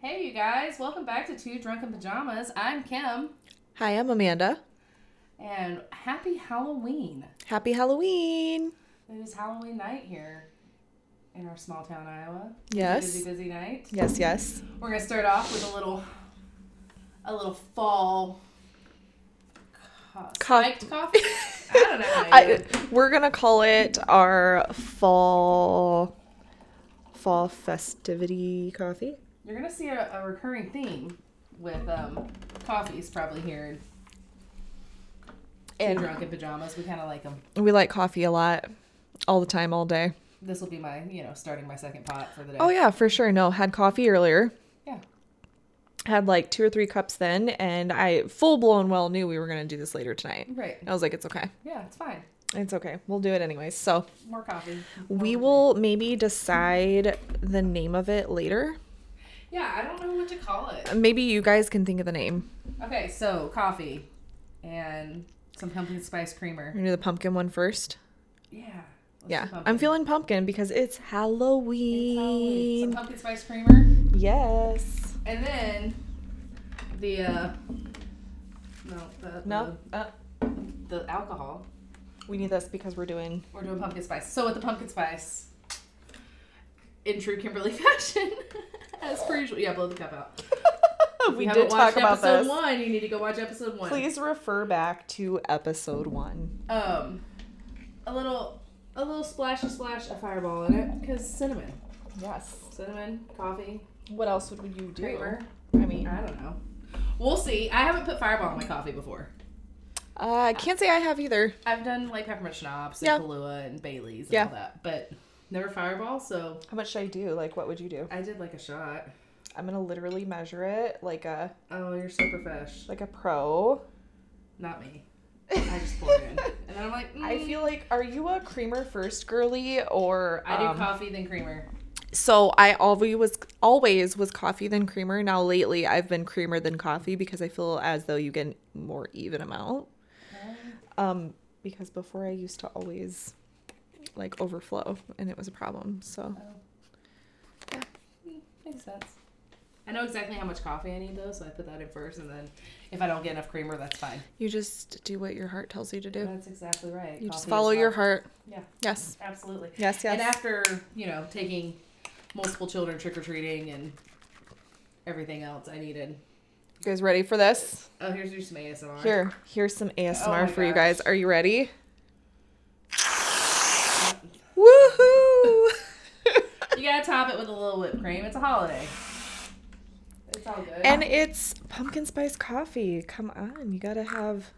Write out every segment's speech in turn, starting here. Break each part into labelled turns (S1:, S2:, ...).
S1: Hey, you guys, welcome back to Two Drunken Pajamas. I'm Kim,
S2: Hi, I'm Amanda.
S1: and happy Halloween.
S2: Happy Halloween.
S1: It is Halloween night here in our small town, Iowa. It's a
S2: Yes.
S1: Busy, busy night.
S2: Yes, yes.
S1: We're gonna start off with a little, a little fall. Co-
S2: Co-
S1: spiked coffee. I don't know. How you
S2: I, we're going to call it our fall fall festivity coffee.
S1: You're gonna see a, a recurring theme with um, coffees probably here. in Two
S2: And
S1: drunken pajamas. We kind of like them.
S2: we like coffee a lot all the time all day.
S1: This will be my, you know, starting my second pot for the day.
S2: Oh yeah, for sure. No, had coffee earlier.
S1: Yeah.
S2: Had like two or three cups then and I full blown well knew we were going to do this later tonight.
S1: Right.
S2: I was like it's okay.
S1: Yeah, it's fine.
S2: It's okay. We'll do it anyways. So,
S1: More coffee.
S2: we will maybe decide the name of it later.
S1: Yeah, I don't know what to call it.
S2: Maybe you guys can think of the name.
S1: Okay, so coffee and some pumpkin spice creamer.
S2: We're gonna do the pumpkin one first.
S1: Yeah. let's do
S2: yeah,
S1: pumpkin.
S2: I'm feeling pumpkin because it's
S1: It's Halloween.
S2: Halloween.
S1: Some pumpkin spice creamer,
S2: Yes.
S1: and then the uh, no, the,
S2: No, uh,
S1: the the alcohol.
S2: we need this because we're doing.
S1: We're doing pumpkin spice. So with the pumpkin spice, in true Kimberly fashion, as per usual. Yeah, blow the cup out.
S2: we
S1: you
S2: did
S1: haven't
S2: talk
S1: watched
S2: about
S1: episode
S2: this.
S1: one. You need to go watch episode one.
S2: Please refer back to episode one.
S1: um a little a little splashy splash a fireball in it because cinnamon
S2: Yes.
S1: cinnamon coffee
S2: What else would you do?
S1: creamer
S2: I mean,
S1: i don't know we'll see i haven't put fireball in my coffee before
S2: uh, I can't say I have either.
S1: i've done like peppermint schnapps and
S2: Yeah.
S1: kahlua and baileys and
S2: Yeah.
S1: all that but never fireball so
S2: How much should I do? Like, what would you do?
S1: i did like a shot
S2: I'm gonna literally measure it like a
S1: oh you're so profesh
S2: like a pro.
S1: not me i just pour it in and then i'm like
S2: I
S1: mm,
S2: feel like, are you a creamer first girly or
S1: i do
S2: um,
S1: coffee then creamer
S2: So I always was always was coffee then creamer. Now lately I've been creamer than coffee because I feel as though you get more even amount. Um, because before I used to always like overflow and it was a problem. So
S1: makes sense I know exactly how much coffee I need though, so I put that in first, and then if I don't get enough creamer, that's fine.
S2: you just do what your heart tells you to do.
S1: That's exactly right.
S2: You just
S1: Coffee
S2: follow
S1: is
S2: your
S1: love.
S2: heart.
S1: Yeah.
S2: Yes.
S1: Absolutely.
S2: Yes, yes.
S1: And after, you know, taking multiple children trick or treating and everything else I needed.
S2: you guys ready for this?
S1: Oh, here's your some ASMR.
S2: Here, here's some ASMR
S1: Oh my
S2: for you
S1: gosh.
S2: guys. Are you ready? Woohoo!
S1: You gotta top it with a little whipped cream. It's a holiday. It's all good.
S2: and it's pumpkin spice coffee. Come on, you gotta have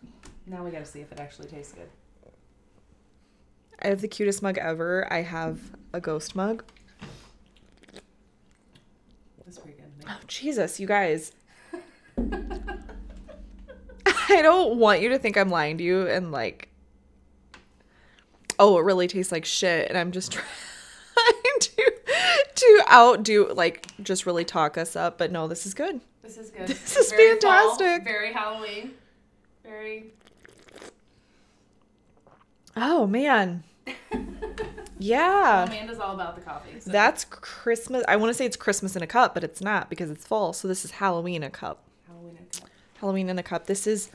S1: now we gotta see if it actually tastes good.
S2: I have the cutest mug ever. I have a ghost mug.
S1: It's pretty
S2: Oh, Jesus, you guys.
S1: good.
S2: I don't want you to think I'm lying to you and like, oh, it really tastes like shit. And I'm just trying to, to outdo, like, just really talk us up. But no, this is good.
S1: this is good.
S2: This is
S1: fall,
S2: fantastic.
S1: very Halloween. Very
S2: Oh, man. Yeah.
S1: Amanda's all about the coffee. So
S2: That's Christmas. I want to say it's Christmas in a cup, but it's not because it's fall. So this is Halloween in a cup.
S1: Halloween in a cup.
S2: Halloween in a Cup. This is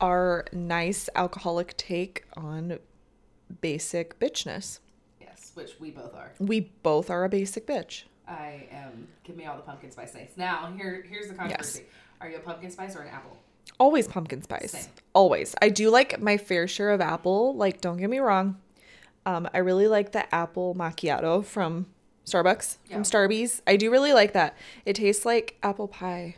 S2: our nice alcoholic take on basic bitchness.
S1: Yes, which we both are.
S2: We both are a basic bitch.
S1: I am. Give me all the pumpkin spice things. Now, here, here's the controversy. Are you a pumpkin spice or an apple?
S2: Always pumpkin spice.
S1: Same.
S2: Always. I do like my fair share of apple. Like, don't get me wrong. Um, I really like the apple macchiato from Starbucks,
S1: Yeah.
S2: from Starbies. I do really like that. It tastes like apple pie.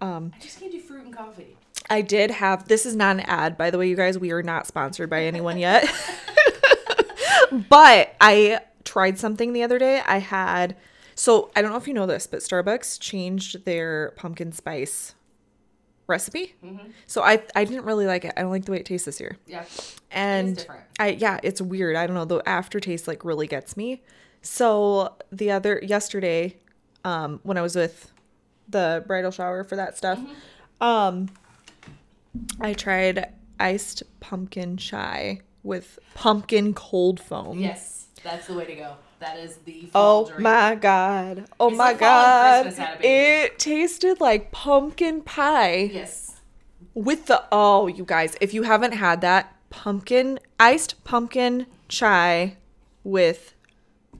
S2: Um,
S1: I just can't do fruit and coffee.
S2: I did have this is not an ad, by the way, you guys. We are not sponsored by anyone yet. but I tried something the other day. I had so I don't know if you know this, but Starbucks changed their pumpkin spice recipe. So I I didn't really like it. I don't like the way it tastes this year.
S1: Yeah,
S2: And
S1: different.
S2: I yeah, it's weird. I don't know. The aftertaste like really gets me. So the other yesterday, um, when I was with the bridal shower for that stuff,
S1: Mm-hmm.
S2: um, I tried iced pumpkin chai with pumpkin cold foam.
S1: yes, that's the way to go. That is the fall
S2: Oh
S1: drink.
S2: my god. Oh
S1: It's
S2: my
S1: like falling
S2: god.
S1: Christmas had a baby.
S2: It tasted like pumpkin pie
S1: Yes.
S2: with the oh, you guys, if you haven't had that pumpkin iced pumpkin chai with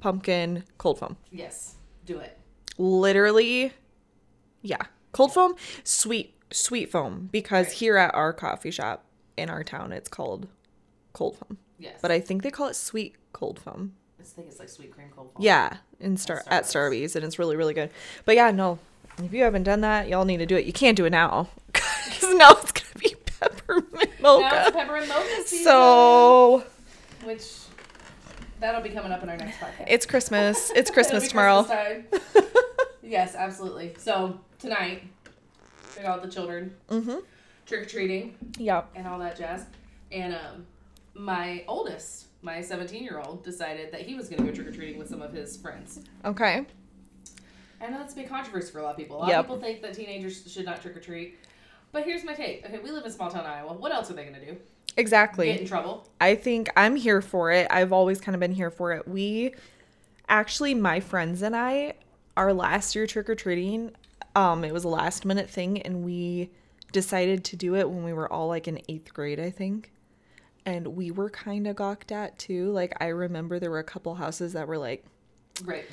S2: pumpkin cold foam.
S1: Yes. Do it.
S2: Literally yeah. Cold foam, sweet sweet foam because
S1: Right.
S2: here at our coffee shop in our town it's called cold foam.
S1: Yes.
S2: But I think they call it sweet cold foam.
S1: I think it's like sweet cream cold foam.
S2: Yeah, in Star
S1: Starbucks.
S2: at Starbucks, and it's really really good. But yeah, no, if you haven't done that, y'all need to do it. You can't do it now because now it's gonna be peppermint
S1: Now it's
S2: mocha.
S1: peppermint mocha season.
S2: So
S1: Which that'll be coming up in our next podcast.
S2: it's Christmas. It's
S1: It'll
S2: Christmas
S1: be
S2: tomorrow.
S1: Christmas time. yes, absolutely. So tonight, bring all the children
S2: Mhm.
S1: trick or treating
S2: Yeah.
S1: and all that jazz. And um, my oldest, my 17 year old, decided that he was going to go trick or treating with some of his friends.
S2: Okay.
S1: I know that's a big controversy for a lot of people. A lot
S2: Yep.
S1: of people think that teenagers should not trick or treat. But here's my take. Okay, we live in small town Iowa. What else are they going to do? Get in
S2: Exactly.
S1: trouble?
S2: I think I'm here for it. I've always kind of been here for it. We actually, my friends and I, our last year trick or treating, um, it was a last minute thing, and we decided to do it when we were all like in eighth grade, I think. And we were kind of gawked at too. Like, I remember there were a couple houses that were like,
S1: Right.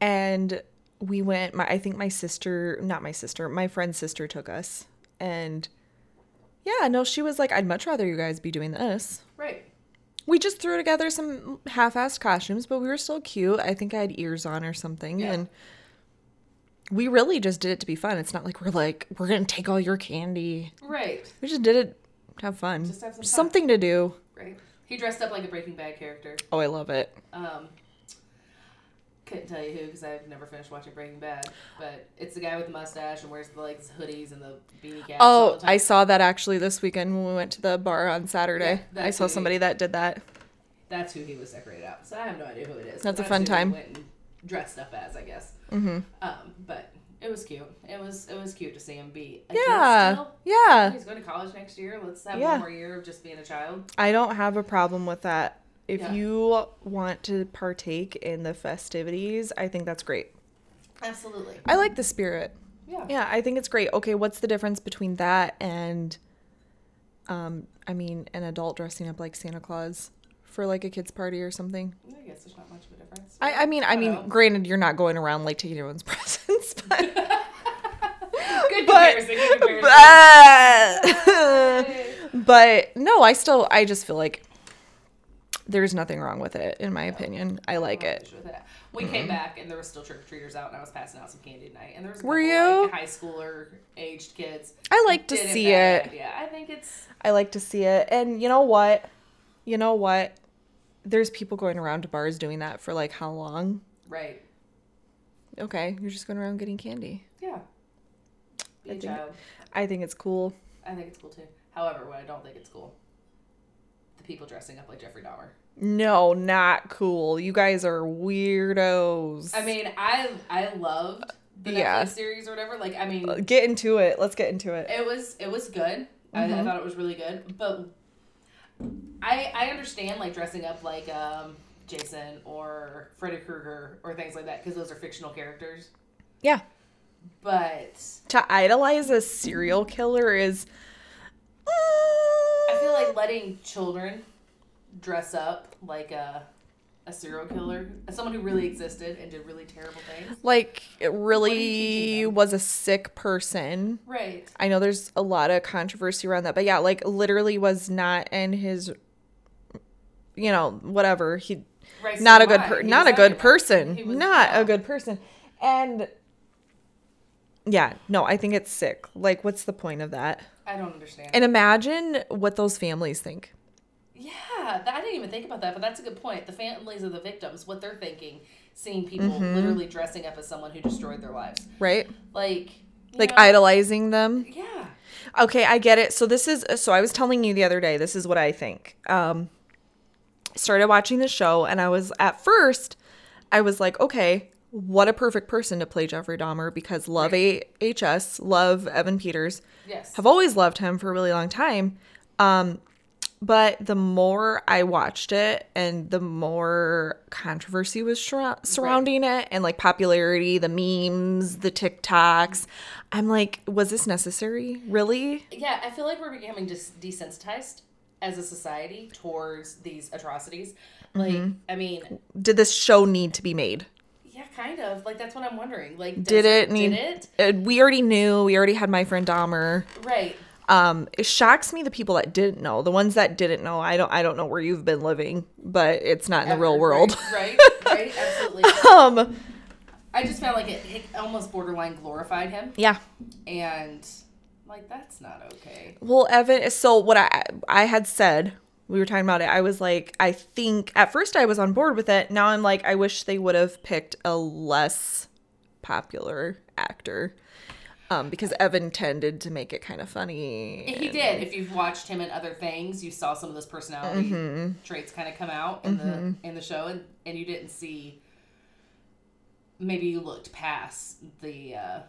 S2: and we went my i think my sister not my sister my friend's sister took us and yeah no she was like i'd much rather you guys be doing this
S1: Right.
S2: we just threw together some half-assed costumes but we were still cute i think i had ears on or something
S1: Yeah.
S2: and we really just did it to be fun it's not like we're like we're gonna take all your candy
S1: Right.
S2: we just did it to have fun
S1: Just have some fun.
S2: something to do
S1: Right. He dressed up like a Breaking Bad character.
S2: oh i love it
S1: Um, couldn't tell you who because I've never finished watching Breaking Bad, but it's the guy with the mustache and wears the like hoodies and the beanie caps. all
S2: Oh,
S1: the time.
S2: I saw that actually this weekend when we went to the bar on Saturday.
S1: Yeah,
S2: I
S1: that's
S2: saw
S1: who he-
S2: somebody that did that.
S1: That's who he was decorated out. So I have no idea who it is.
S2: That's a
S1: but
S2: fun
S1: who he
S2: time.
S1: Went and dressed up as, I guess.
S2: Mm-hmm.
S1: Um, but it was cute. It was it was cute to see him be. A Kid
S2: Yeah.
S1: still.
S2: Yeah.
S1: He's going to college next year. Let's have
S2: Yeah.
S1: one more year of just being a child.
S2: I don't have a problem with that. If
S1: Yeah.
S2: you want to partake in the festivities, I think that's great.
S1: Absolutely.
S2: I like the spirit.
S1: Yeah.
S2: Yeah, I think it's great. Okay, what's the difference between that and um I mean an adult dressing up like Santa Claus for like a kids party or something?
S1: I guess there's not much of a difference.
S2: I I mean, I mean,
S1: know.
S2: granted you're not going around like taking everyone's presents, but
S1: good
S2: but-
S1: comparison. Good comparison.
S2: but,
S1: Hey.
S2: but no, I still I just feel like there's nothing wrong with it in my opinion. I like
S1: Well,
S2: it. Mm-hmm.
S1: sure that- We came back and there was still trick or treaters out, and I was passing out some candy tonight. And there was a
S2: Were
S1: couple,
S2: you?
S1: like, high schooler aged kids
S2: I like to
S1: Didn't
S2: see
S1: matter.
S2: it.
S1: Yeah, I think it's
S2: I like to see it. And you know what? You know what? There's people going around to bars doing that for like how long?
S1: right.
S2: Okay, you're just going around getting candy.
S1: Yeah, be
S2: I
S1: a
S2: think-
S1: child.
S2: I think it's cool.
S1: I think it's cool too. However, what I don't think it's cool, the people dressing up like Jeffrey Dahmer.
S2: No, not cool. You guys are weirdos.
S1: I mean, I I loved the
S2: Yeah.
S1: Netflix series or whatever. Like, I mean,
S2: get into it. Let's get into it.
S1: it was it was good. I, I thought it was really good, but I I understand like dressing up like um Jason or Freddy Krueger or things like that because those are fictional characters.
S2: Yeah.
S1: But
S2: To idolize a serial killer is uh,
S1: I feel like letting children dress up like a a serial killer, as someone who really existed and did really terrible things.
S2: like it
S1: teaching
S2: really
S1: them?
S2: was a sick person.
S1: Right.
S2: I know there's a lot of controversy around that, but yeah, like literally was not in his, you know, whatever. He
S1: Right. so
S2: not a
S1: am
S2: good,
S1: I.
S2: per-
S1: He
S2: not
S1: was
S2: a good
S1: everyone. He
S2: person,
S1: was
S2: not a good person, and yeah, no, I think it's sick. Like, what's the point of that?
S1: I don't understand.
S2: And imagine what those families think.
S1: Yeah, that, I didn't even think about that, but that's a good point. The families of the victims, what they're thinking, seeing people
S2: Mm-hmm.
S1: literally dressing up as someone who destroyed their lives,
S2: Right?
S1: like you
S2: Like
S1: know,
S2: idolizing them.
S1: Yeah,
S2: Okay, I get it. So this is so I was telling you the other day, this is what I think. Um started watching the show and I was at first I was like, okay, what a perfect person to play Jeffrey Dahmer because love AHS, love Evan Peters.
S1: yes,
S2: Have always loved him for a really long time. Um But the more I watched it and the more controversy was shra- surrounding it and like popularity, the memes, the TikToks, I'm like, was this necessary? Really?
S1: Yeah, I feel like we're becoming just desensitized as a society towards these atrocities. Like,
S2: Mm-hmm.
S1: I mean,
S2: Did this show need to be made?
S1: yeah, kind of. Like that's what I'm wondering. Like,
S2: Did
S1: does-
S2: it need?
S1: Did it?
S2: Uh, we already knew. We already had my friend Dahmer.
S1: Right.
S2: Um, it shocks me the people that didn't know. The ones that didn't know, I don't. I don't know where you've been living, but it's not in the real
S1: Right,
S2: world.
S1: Right. Right. Absolutely.
S2: um,
S1: I just found like it, it almost borderline glorified him,
S2: yeah.
S1: and like that's not okay.
S2: Well, Evan, so what I I had said, we were talking about it. I was like, I think at first I was on board with it. Now I'm like, I wish they would have picked a less popular actor. Um, because Evan tended to make it kind of funny.
S1: He did. If you've watched him in other things, you saw some of those personality
S2: Mm-hmm.
S1: traits kind of come out in the in the show, and, and you didn't see. Maybe you looked past the uh,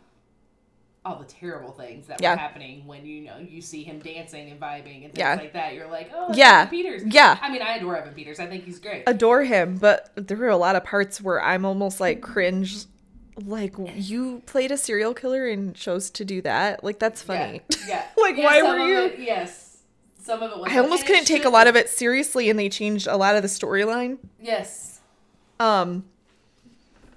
S1: all the terrible things that
S2: Yeah.
S1: were happening when you know you see him dancing and vibing and things
S2: Yeah.
S1: like that. You're like, oh, that's
S2: Yeah.
S1: Evan Peters.
S2: Yeah.
S1: I mean, I adore Evan Peters. I think he's great.
S2: Adore him, but there were a lot of parts where I'm almost like cringe. Like you played a serial killer and chose to do that. Like that's funny.
S1: Yeah. yeah.
S2: Like,
S1: Yeah,
S2: why
S1: some
S2: were
S1: of
S2: you-
S1: It, yes. Some of it was. "Eh,
S2: I almost couldn't take a lot of it seriously, and they changed a lot of the storyline.
S1: Yes,
S2: Um,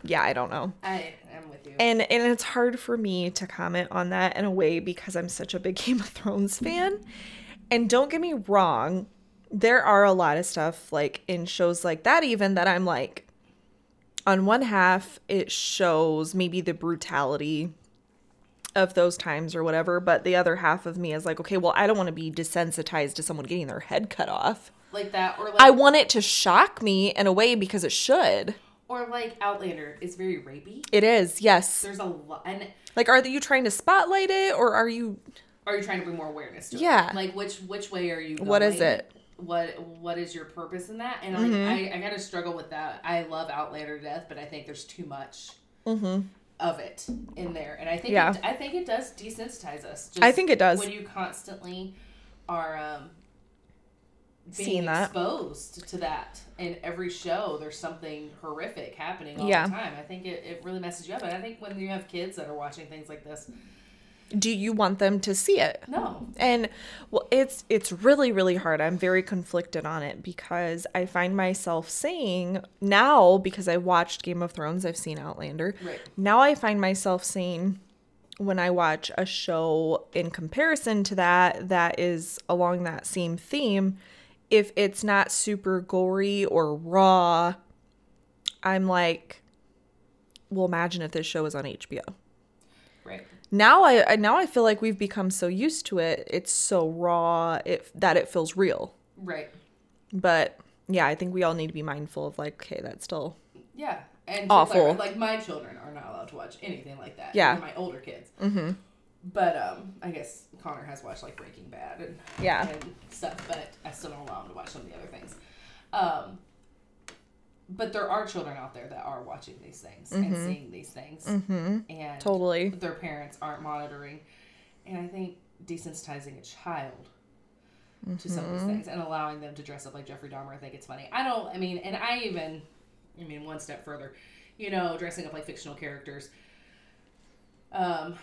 S2: yeah, I don't know.
S1: I am with you.
S2: And and it's hard for me to comment on that in a way because I'm such a big Game of Thrones fan. And don't get me wrong, there are a lot of stuff like in shows like that even that I'm like on one half it shows maybe the brutality of those times or whatever, but the other half of me is like, okay, well, I don't want to be desensitized to someone getting their head cut off.
S1: like that, or like,
S2: I want it to shock me in a way because it should.
S1: or like Outlander is very rapey.
S2: It is, yes.
S1: There's a lot, and
S2: Like, are you trying to spotlight it, or are you?
S1: are you trying to bring more awareness to it?
S2: Yeah.
S1: Like which which way are you? Going?
S2: What is it?
S1: What what is your purpose in that? And like
S2: Mm-hmm.
S1: I, I kind of struggle with that. I love Outlander to death, but I think there's too much of it in there, and I think
S2: Mm-hmm. Yeah.
S1: it, I think it does desensitize us. Just
S2: I think it does.
S1: when you constantly are um, being
S2: Seeing that.
S1: exposed to that in every show. There's something horrific happening all
S2: Yeah.
S1: the time. I think it, it really messes you up, and I think when you have kids that are watching things like this,
S2: Do you want them to see it?
S1: no,
S2: And well, it's it's really really hard. I'm very conflicted on it because I find myself saying now because I watched Game of Thrones, I've seen Outlander.
S1: Right.
S2: Now I find myself saying when I watch a show in comparison to that that is along that same theme, if it's not super gory or raw, I'm like, well, imagine if this show was on HBO.
S1: right.
S2: now I I- now I feel like we've become so used to it. It's so raw it, that it feels real.
S1: Right.
S2: But yeah, I think we all need to be mindful of like, okay, that's still
S1: Yeah. And
S2: Awful.
S1: awful. like my children are not allowed to watch anything like that.
S2: Yeah.
S1: Even My older kids. Mm-hmm. But um, I guess Connor has watched like Breaking Bad and
S2: Yeah.
S1: and stuff, but I still don't allow him to watch some of the other things. Um, but there are children out there that are watching these things and
S2: Mm-hmm.
S1: seeing these things, and
S2: totally.
S1: their parents aren't monitoring. And I think desensitizing a child to some
S2: Mm-hmm.
S1: of these things and allowing them to dress up like Jeffrey Dahmer, I think it's funny. I don't, I mean, and I even, I mean, one step further, you know, dressing up like fictional characters um,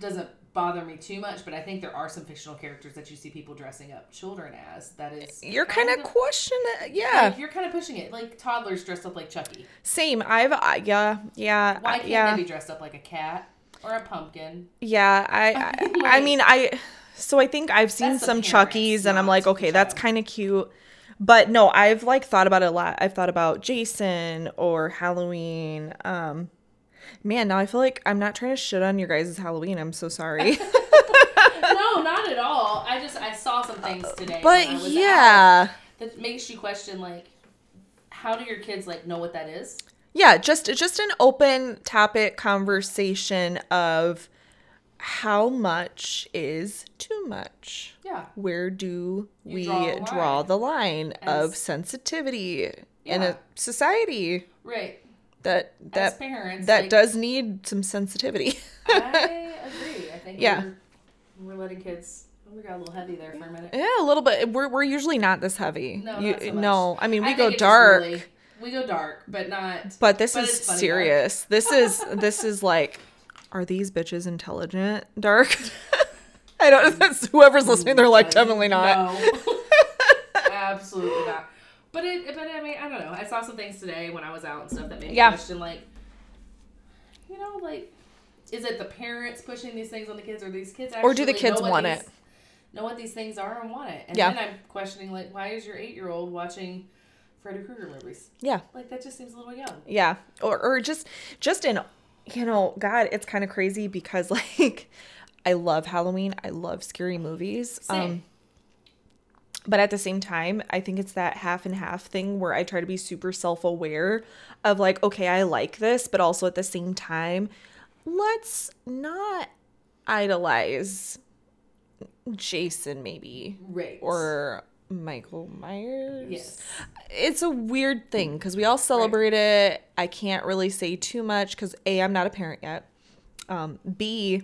S1: doesn't bother me too much, but I think there are some fictional characters that you see people dressing up children as. That is,
S2: You're kind of questioning. Yeah,
S1: like, you're kind of pushing it. Like toddlers dressed up like Chucky.
S2: same. I've I yeah yeah
S1: Why
S2: I-
S1: can't
S2: Uh, yeah
S1: they be dressed up like a cat or a pumpkin?
S2: yeah. I I, I
S1: Like-
S2: mean I so I think I've seen
S1: That's the
S2: some
S1: parents,
S2: Chuckies and I'm
S1: not
S2: like,
S1: the
S2: okay, that's
S1: child.
S2: kind of cute. But no, I've like thought about it a lot. I've thought about Jason or Halloween. Um, man, now I feel like I'm not trying to shit on your guys' Halloween. I'm so sorry.
S1: no, not at all. I just I saw some things today. when I
S2: Uh, But
S1: was out
S2: yeah,
S1: that makes you question like, how do your kids like know what that is?
S2: yeah, just just an open topic conversation of how much is too much.
S1: Yeah,
S2: Where do
S1: You
S2: we
S1: draw the line.
S2: draw the line
S1: As-
S2: of sensitivity
S1: Yeah.
S2: in a society
S1: right.
S2: that
S1: As
S2: that
S1: parents,
S2: that
S1: like,
S2: does need some sensitivity?
S1: I agree. I think
S2: Yeah.
S1: we're, we're letting kids We got a little heavy there for a minute.
S2: Yeah, a little bit. We're, we're usually not this heavy.
S1: No,
S2: You-
S1: not so much.
S2: no. I mean, we
S1: I
S2: go
S1: think it just
S2: dark,
S1: really- we go dark, but not.
S2: but this
S1: but
S2: is
S1: it's funny dark.
S2: serious. This is this is like, are these bitches intelligent? Dark. I don't. That's whoever's listening. They're like, definitely not.
S1: No. Absolutely not. But it, but I mean, I don't know. I saw some things today when I was out and stuff that made me
S2: Yeah.
S1: question, like, you know, like, is it the parents pushing these things on the kids, or these kids, actually
S2: Or do the kids
S1: know what
S2: want
S1: these-
S2: it?
S1: Know what these things are and want it, and
S2: Yeah.
S1: then I'm questioning, like, why is your eight year old watching Freddy Krueger movies?
S2: Yeah.
S1: Like that just seems a little young.
S2: yeah or, or just just in you know god it's kind of crazy because like i love halloween i love scary movies Um,
S1: Same.
S2: but at the same time i think it's that half and half thing where i try to be super self-aware of like okay i like this but also at the same time let's not idolize jason maybe
S1: Right.
S2: or michael myers
S1: yes.
S2: it's a weird thing because we all celebrate it. I can't really say too much because a I'm not a parent yet. Um, B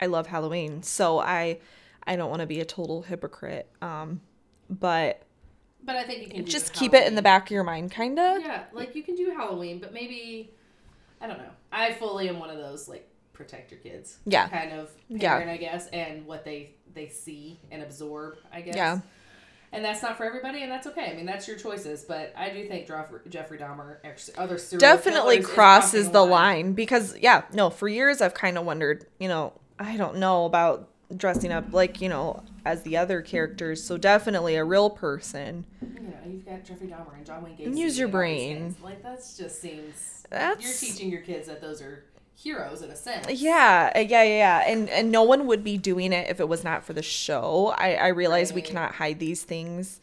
S2: I love Halloween, so I I don't want to be a total hypocrite. Um, but
S1: But I think you can do
S2: just keep it in
S1: Halloween.
S2: the back of your mind, kind of.
S1: Yeah, like you can do Halloween, but maybe I don't know. I fully am one of those like protect your kids
S2: Yeah.
S1: kind of
S2: Yeah.
S1: parent, I guess, and what they they see and absorb, I guess.
S2: Yeah.
S1: And that's not for everybody, and that's okay. I mean, that's your choices, but I do think Jeffrey, Jeffrey Dahmer, ex- other serial
S2: Definitely
S1: killers is
S2: crosses
S1: crossing a
S2: the line because yeah, no. For years I've kind of wondered, you know, I don't know about dressing up like you know as the other characters. So definitely a real person.
S1: You know, you've got Jeffrey Dahmer and John Wayne Gacy.
S2: Use your
S1: and all these
S2: brain.
S1: things. Like that's just seems. You're
S2: That's-
S1: teaching your kids that those are heroes in a sense.
S2: Yeah, uh, yeah, yeah, yeah. And and no one would be doing it if it was not for the show. I I realize we
S1: Right.
S2: cannot hide these things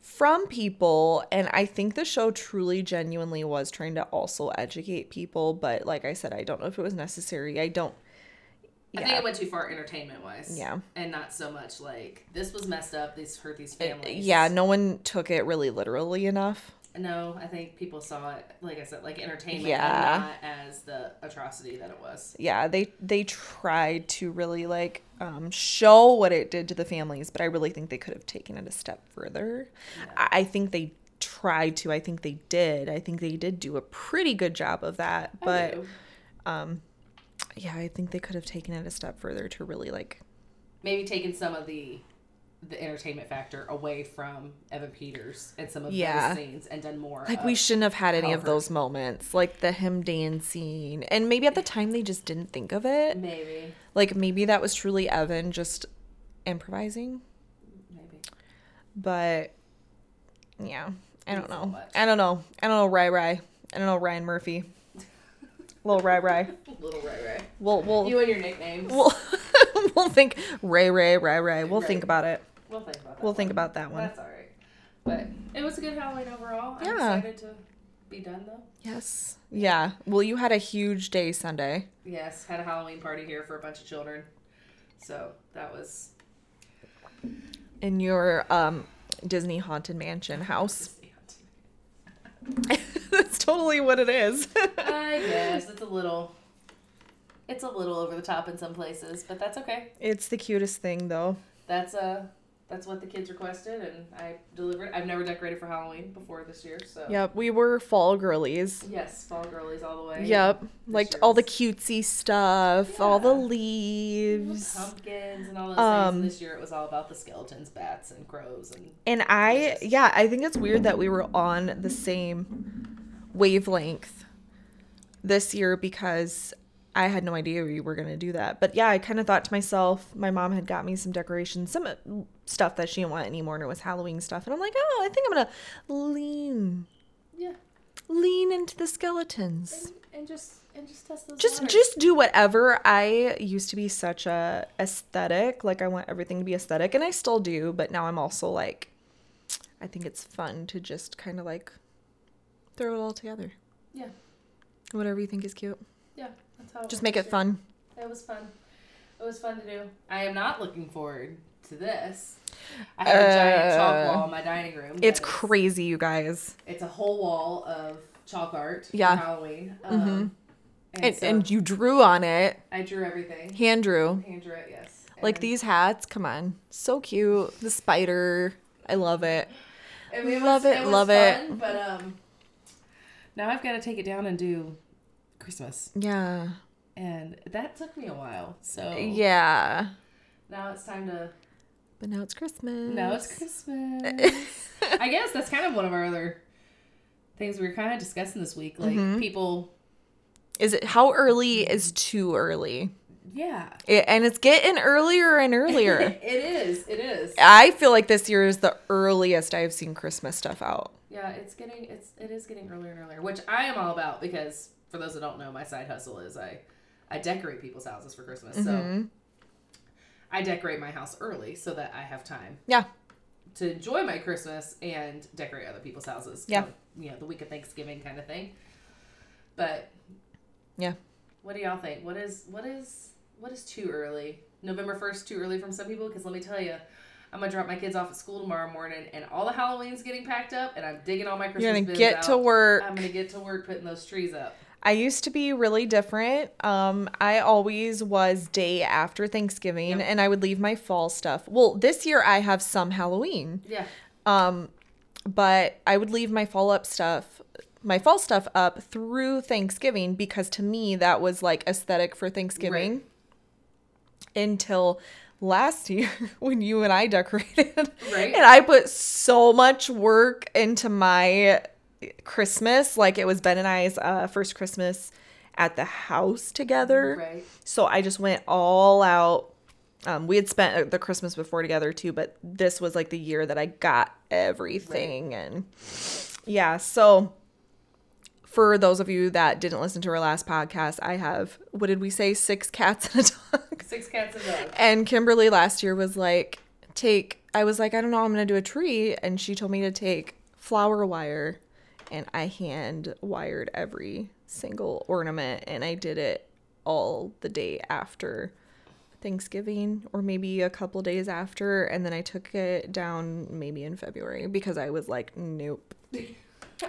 S2: from people and I think the show truly genuinely was trying to also educate people, but like I said, I don't know if it was necessary. I don't
S1: I think
S2: yeah.
S1: it went too far entertainment wise.
S2: Yeah. Uh,
S1: And not so much like this was messed up, these hurt these families.
S2: Yeah, no one took it really literally enough.
S1: No, I think people saw it like I said, like entertainment
S2: Yeah.
S1: and not as the atrocity that it was.
S2: yeah they they tried to really like um, show what it did to the families but i really think they could have taken it a step further I, I think they tried to i think they did i think they did do a pretty good job of that
S1: I
S2: but
S1: do.
S2: yeah i think they could have taken it a step further to really like
S1: maybe taking some of the the entertainment factor away from Evan Peters and some of
S2: Yeah.
S1: those scenes and done more
S2: like
S1: of-
S2: we shouldn't have had any of
S1: covered.
S2: those moments like the him dancing and maybe at the time they just didn't think of it
S1: maybe
S2: like maybe that was truly evan just improvising
S1: maybe
S2: but yeah, I don't
S1: Not so
S2: know.
S1: much.
S2: I don't know. I don't know. Rye Rye. I don't know Ryan Murphy. Little Rye Rye.
S1: little Ray Ray.
S2: We'll we'll
S1: You and your nicknames. We'll,
S2: we'll, we'll think Ray Ray Rye Rye. We'll think
S1: Right.
S2: about it.
S1: think about that.
S2: We'll think about that one.
S1: That's all right. But it was a good Halloween overall. I'm
S2: Yeah.
S1: excited to be done though.
S2: Yes. Yeah. Well, you had a huge day Sunday.
S1: Yes, had a Halloween party here for a bunch of children. So that was
S2: in your um Disney Haunted Mansion house. That's totally what it is.
S1: I guess it's a little it's a little over the top in some places, but that's okay.
S2: it's the cutest thing though.
S1: That's uh that's what the kids requested and I delivered. I've never decorated for Halloween before this year, so
S2: Yep, we were fall girlies.
S1: yes, fall girlies all the way.
S2: Yep.
S1: This
S2: Like
S1: year
S2: all the
S1: was-
S2: cutesy stuff, all the
S1: Yeah.
S2: leaves.
S1: Pumpkins and all those
S2: Um,
S1: things. And this year it was all about the skeletons, bats, and crows, and
S2: And I,
S1: Gorgeous.
S2: yeah, I think it's weird that we were on the same wavelength this year because I had no idea we were going to do that. But yeah, I kind of thought to myself, my mom had got me some decorations, some uh, stuff that she didn't want anymore, and it was Halloween stuff. And I'm like, oh, I think I'm going to lean,
S1: yeah,
S2: lean into the skeletons.
S1: and, and just and just test those.
S2: just
S1: waters.
S2: just do whatever i used to be such a aesthetic like i want everything to be aesthetic and i still do but now i'm also like i think it's fun to just kind of like throw it all together
S1: Yeah.
S2: whatever you think is cute
S1: yeah, that's how went
S2: just make it
S1: this year.
S2: fun
S1: It was fun. It was fun to do. I am not looking forward to this. I have a giant
S2: Uh,
S1: chalk wall in my dining room.
S2: it's
S1: that is-
S2: crazy you guys
S1: It's a whole wall of chalk art
S2: Yeah. Mm-hmm.
S1: for Halloween. Um, and,
S2: and,
S1: so
S2: and you drew on it
S1: I drew everything.
S2: hand drew
S1: Hand drew it, yes.
S2: Like these hats, come on. So cute. The spider. I love it.
S1: I mean,
S2: Love it, love it.
S1: fun, But um, now I've got to take it down and do Christmas,
S2: Yeah.
S1: and that took me a while. So
S2: Yeah.
S1: now it's time to.
S2: But now it's Christmas.
S1: Now it's Christmas. I guess that's kind of one of our other things we were kind of discussing this week. Like people,
S2: Is it how early is too early?
S1: yeah,
S2: It, and it's getting earlier and earlier.
S1: it is. It is.
S2: I feel like this year is the earliest I've seen Christmas stuff out.
S1: Yeah, it's getting it's it is getting earlier and earlier, which I am all about because for those that don't know, my side hustle is I I decorate people's houses for Christmas. So I decorate my house early so that I have time
S2: Yeah.
S1: to enjoy my Christmas and decorate other people's houses.
S2: Yeah.
S1: kinda, you know, the week of Thanksgiving kind of thing. But
S2: Yeah.
S1: what do y'all think? What is what is what is too early? November first too early from some people because let me tell you, I'm gonna drop my kids off at school tomorrow morning and all the Halloween's getting packed up and I'm digging all my Christmas.
S2: You're going to
S1: bins
S2: get to
S1: out.
S2: work.
S1: I'm gonna get to work putting those trees up.
S2: I used to be really different. Um, I always was day after Thanksgiving and I would leave my fall stuff. Well, this year I have some Halloween,
S1: Yeah,
S2: but I would leave my fall up stuff, my fall stuff up through Thanksgiving because to me that was like aesthetic for Thanksgiving. Until last year when you and I decorated.
S1: Right.
S2: And I put so much work into my Christmas. Like it was Ben and I's uh, first Christmas at the house together.
S1: right.
S2: So I just went all out. Um, we had spent uh, the Christmas before together too, but this was like the year that I got everything. And yeah, so for those of you that didn't listen to our last podcast, I have, what did we say? Six cats and a dog.
S1: Six cats and dogs.
S2: And Kimberly last year was like, take, I was like, I don't know, I'm going to do a tree. And she told me to take flower wire. And I hand wired every single ornament. And I did it all the day after Thanksgiving or maybe a couple days after. And then I took it down maybe in February because I was like, nope.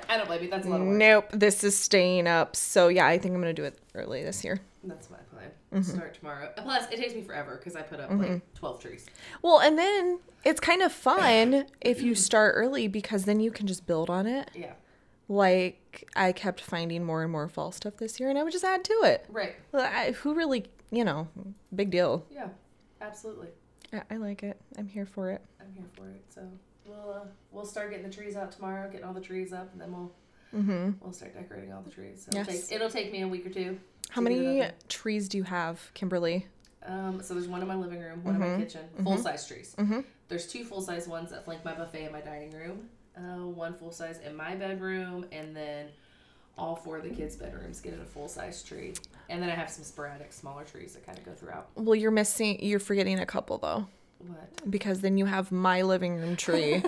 S1: I don't blame you. That's a lot of work.
S2: Nope, this is staying up. So yeah, I think I'm going to do it early this year.
S1: That's my plan. Start tomorrow. Plus, it takes me forever because I put up like twelve trees.
S2: Well, and then it's kind of fun if you start early because then you can just build on it.
S1: Yeah,
S2: Like I kept finding more and more fall stuff this year, and I would just add to it.
S1: right.
S2: Well, I, who really, you know, big deal.
S1: Yeah, absolutely.
S2: I, I like it. I'm here for it.
S1: I'm here for it. So we'll uh, we'll start getting the trees out tomorrow, getting all the trees up, and then we'll
S2: Mm-hmm.
S1: we'll start decorating all the trees. So it'll,
S2: Yes.
S1: take, it'll take me a week or two.
S2: How
S1: to get it
S2: many
S1: up.
S2: trees do you have, Kimberly?
S1: Um, so there's one in my living room, one in my kitchen, full size trees. There's two full size ones that flank my buffet and my dining room. Uh, one full size in my bedroom, and then all four of the kids' bedrooms get in a full size tree. And then I have some sporadic smaller trees that kind of go throughout.
S2: Well, you're missing. You're forgetting a couple though,
S1: What?
S2: because then you have my living room tree,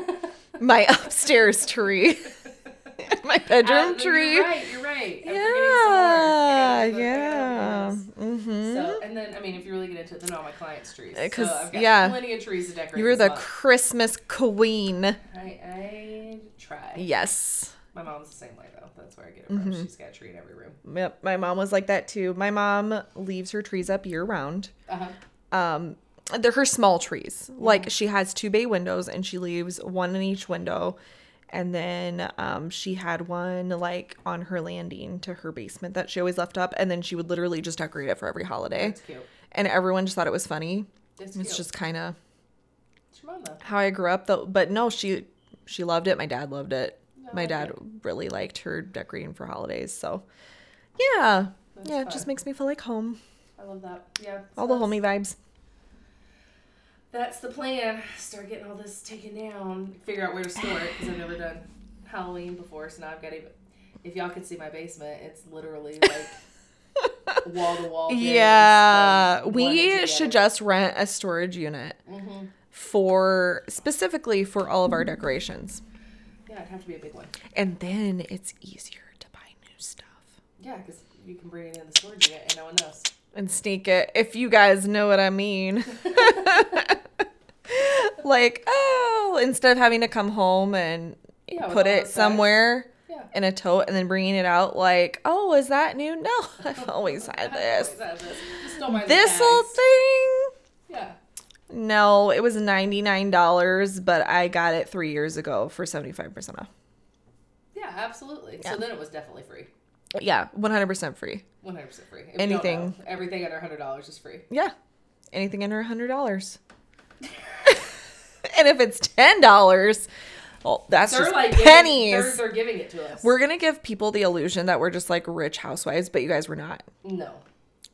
S2: my upstairs tree, and my
S1: Ah,
S2: bedroom
S1: you're
S2: tree.
S1: right. You're right. I'm forgetting some more.
S2: Yeah,
S1: I gotta look- I gotta
S2: yeah.
S1: look
S2: Mm-hmm.
S1: it up. So, and then I mean, if you really get into it, then all my clients' trees. So
S2: 'cause,
S1: I've got
S2: yeah.
S1: plenty of trees to decorate.
S2: You were
S1: this
S2: the
S1: month.
S2: Christmas queen.
S1: I, I try.
S2: Yes.
S1: My mom's the same way though. That's where I get it
S2: Mm-hmm.
S1: from. She's got a tree in every room.
S2: Yep. My mom was like that too. My mom leaves her trees up year round.
S1: Uh huh.
S2: Um, they're her small trees. Like she has two bay windows and she leaves one in each window. And then um, she had one like on her landing to her basement that she always left up. And then she would literally just decorate it for every holiday.
S1: It's cute.
S2: And everyone just thought it was funny.
S1: It's cute.
S2: Eh. It's just kind of
S1: It's your mom though.
S2: how I grew up though. But no, she she loved it. My dad loved it.
S1: No,
S2: My
S1: I
S2: dad really liked her decorating for holidays. So yeah.
S1: That's
S2: yeah, it just
S1: fun.
S2: makes me feel like home.
S1: I love that. Yeah.
S2: All
S1: so
S2: the homey vibes.
S1: That's the plan. Start getting all this taken down. Figure out where to store it because I've never done Halloween before, so now I've got even. If y'all could see my basement, it's literally like wall to wall.
S2: Yeah. We should just rent a storage unit
S1: hmm
S2: for specifically for all of our decorations.
S1: Yeah, it'd have to be a big one.
S2: And then it's easier to buy new stuff.
S1: Yeah, because you can bring it in the storage unit and no one knows.
S2: And sneak it, if you guys know what I mean. like, oh, instead of having to come home and
S1: Yeah, with
S2: put
S1: all
S2: it
S1: the bags.
S2: somewhere.
S1: Yeah.
S2: in a tote and then bringing it out like, oh, is that new? No, I've always had
S1: I've
S2: this.
S1: always had this. Just don't mind the
S2: This
S1: bags.
S2: old thing.
S1: Yeah.
S2: No, it was $99, but I got it three years ago for 75% off.
S1: Yeah, absolutely.
S2: Yeah.
S1: So then it was definitely free.
S2: Yeah, 100% free.
S1: 100% free. If you don't
S2: Anything.
S1: know, everything under $100 is free.
S2: Yeah. Anything under $100. and if it's $10, oh, that's
S1: They're
S2: just
S1: like giving-
S2: pennies.
S1: they're, they're giving it to us.
S2: We're going to give people the illusion that we're just like rich housewives, but you guys, we're not.
S1: no,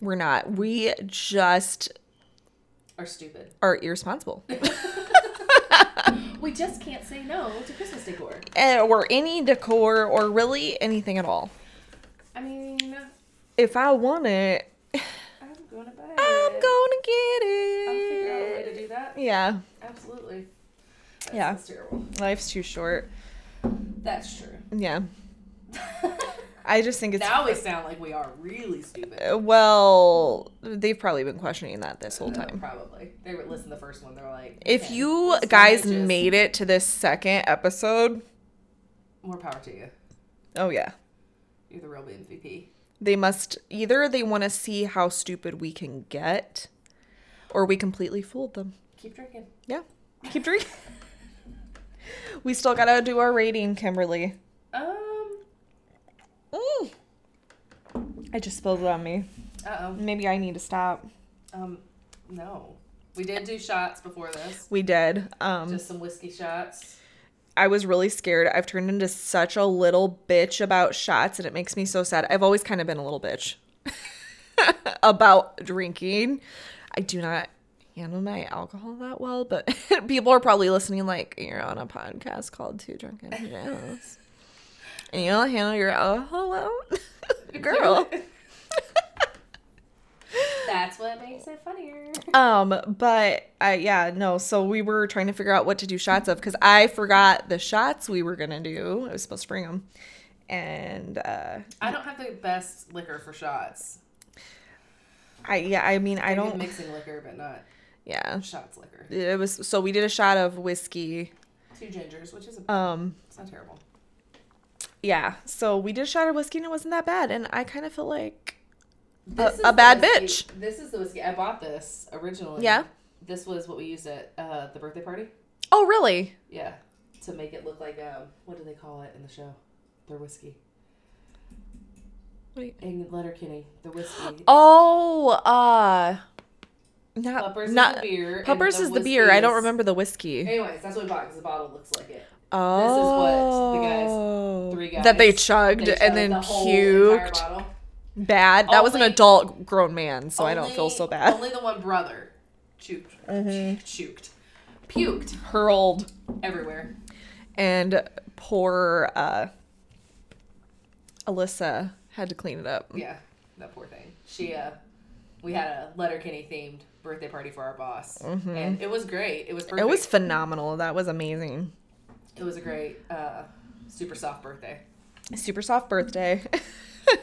S2: We're not. We just
S1: are stupid.
S2: are irresponsible.
S1: We just can't say no to Christmas decor.
S2: Eh, or any decor or really anything at all.
S1: I mean,
S2: If I want it,
S1: I'm gonna buy it.
S2: I'm going to get
S1: I'll figure out a way to
S2: it.
S1: do that.
S2: Yeah.
S1: Absolutely. That's,
S2: Yeah.
S1: That's terrible.
S2: Life's too short.
S1: That's true.
S2: Yeah. I just think it's
S1: now we sound like we are really stupid.
S2: Uh, Well, they've probably been questioning that this whole
S1: No,
S2: time.
S1: Uh, probably. They would listen to the first one. They're like,
S2: If
S1: "Okay,
S2: you
S1: this one
S2: guys
S1: I just-
S2: made it to this second episode,
S1: more power to you.
S2: oh yeah.
S1: You're the real MVP.
S2: They must either they want to see how stupid we can get or we completely fooled them.
S1: Keep drinking.
S2: Yeah. Keep drinking. we still got to do our rating, Kimberly.
S1: Um.
S2: Mm. I just spilled it on me.
S1: Uh oh.
S2: Maybe I need to stop.
S1: Um. No. We did do shots before this.
S2: We did. Um
S1: Just some whiskey shots.
S2: I was really scared. I've turned into such a little bitch about shots and it makes me so sad. I've always kind of been a little bitch about drinking. I do not handle my alcohol that well, but people are probably listening like you're on a podcast called Two Drunken Pajamas. and you don't handle your alcohol well? Girl.
S1: That's what makes it funnier.
S2: Um, but I yeah, no, so we were trying to figure out what to do shots of because I forgot the shots we were gonna do. I was supposed to bring them. And uh
S1: I don't have the best liquor for shots.
S2: I yeah, I mean I
S1: I do
S2: don't
S1: mixing liquor, but not
S2: yeah.
S1: shots liquor.
S2: It was so we did a shot of whiskey.
S1: Two gingers, which is a,
S2: Um
S1: it's not terrible.
S2: yeah, so we did a shot of whiskey and it wasn't that bad and I kind of feel like
S1: This
S2: a
S1: is the
S2: bad
S1: whiskey- This is the whiskey. I bought this originally.
S2: Yeah.
S1: This was what we used at uh, the birthday party.
S2: oh really?
S1: Yeah. To make it look like um, what do they call it in the show? Their whiskey.
S2: What do you-
S1: In Letterkenny, the whiskey.
S2: Oh, uh not
S1: Puppers
S2: Oh, not
S1: is the beer. and
S2: Puppers is the beer.
S1: whiskey
S2: I don't
S1: is-
S2: remember the whiskey.
S1: Anyways, that's what we bought because the bottle looks like it.
S2: Oh,
S1: what the guys- three
S2: that they
S1: guys,
S2: chugged
S1: They
S2: and
S1: showed
S2: then
S1: the whole entire
S2: puked.
S1: bottle.
S2: bad. That was an
S1: Only-
S2: adult grown man, so I don't feel
S1: Only-
S2: so bad. Mm-hmm.
S1: Only the one brother chuked, chuked, puked
S2: Hurled
S1: everywhere.
S2: and poor uh, Alyssa had to clean it up.
S1: Yeah, that poor thing. She, uh, we had a Letterkenny themed birthday party for our boss, and it was great. It was perfect.
S2: Mm-hmm. It was phenomenal. That was amazing.
S1: It was a great, uh, super soft birthday.
S2: Super soft birthday.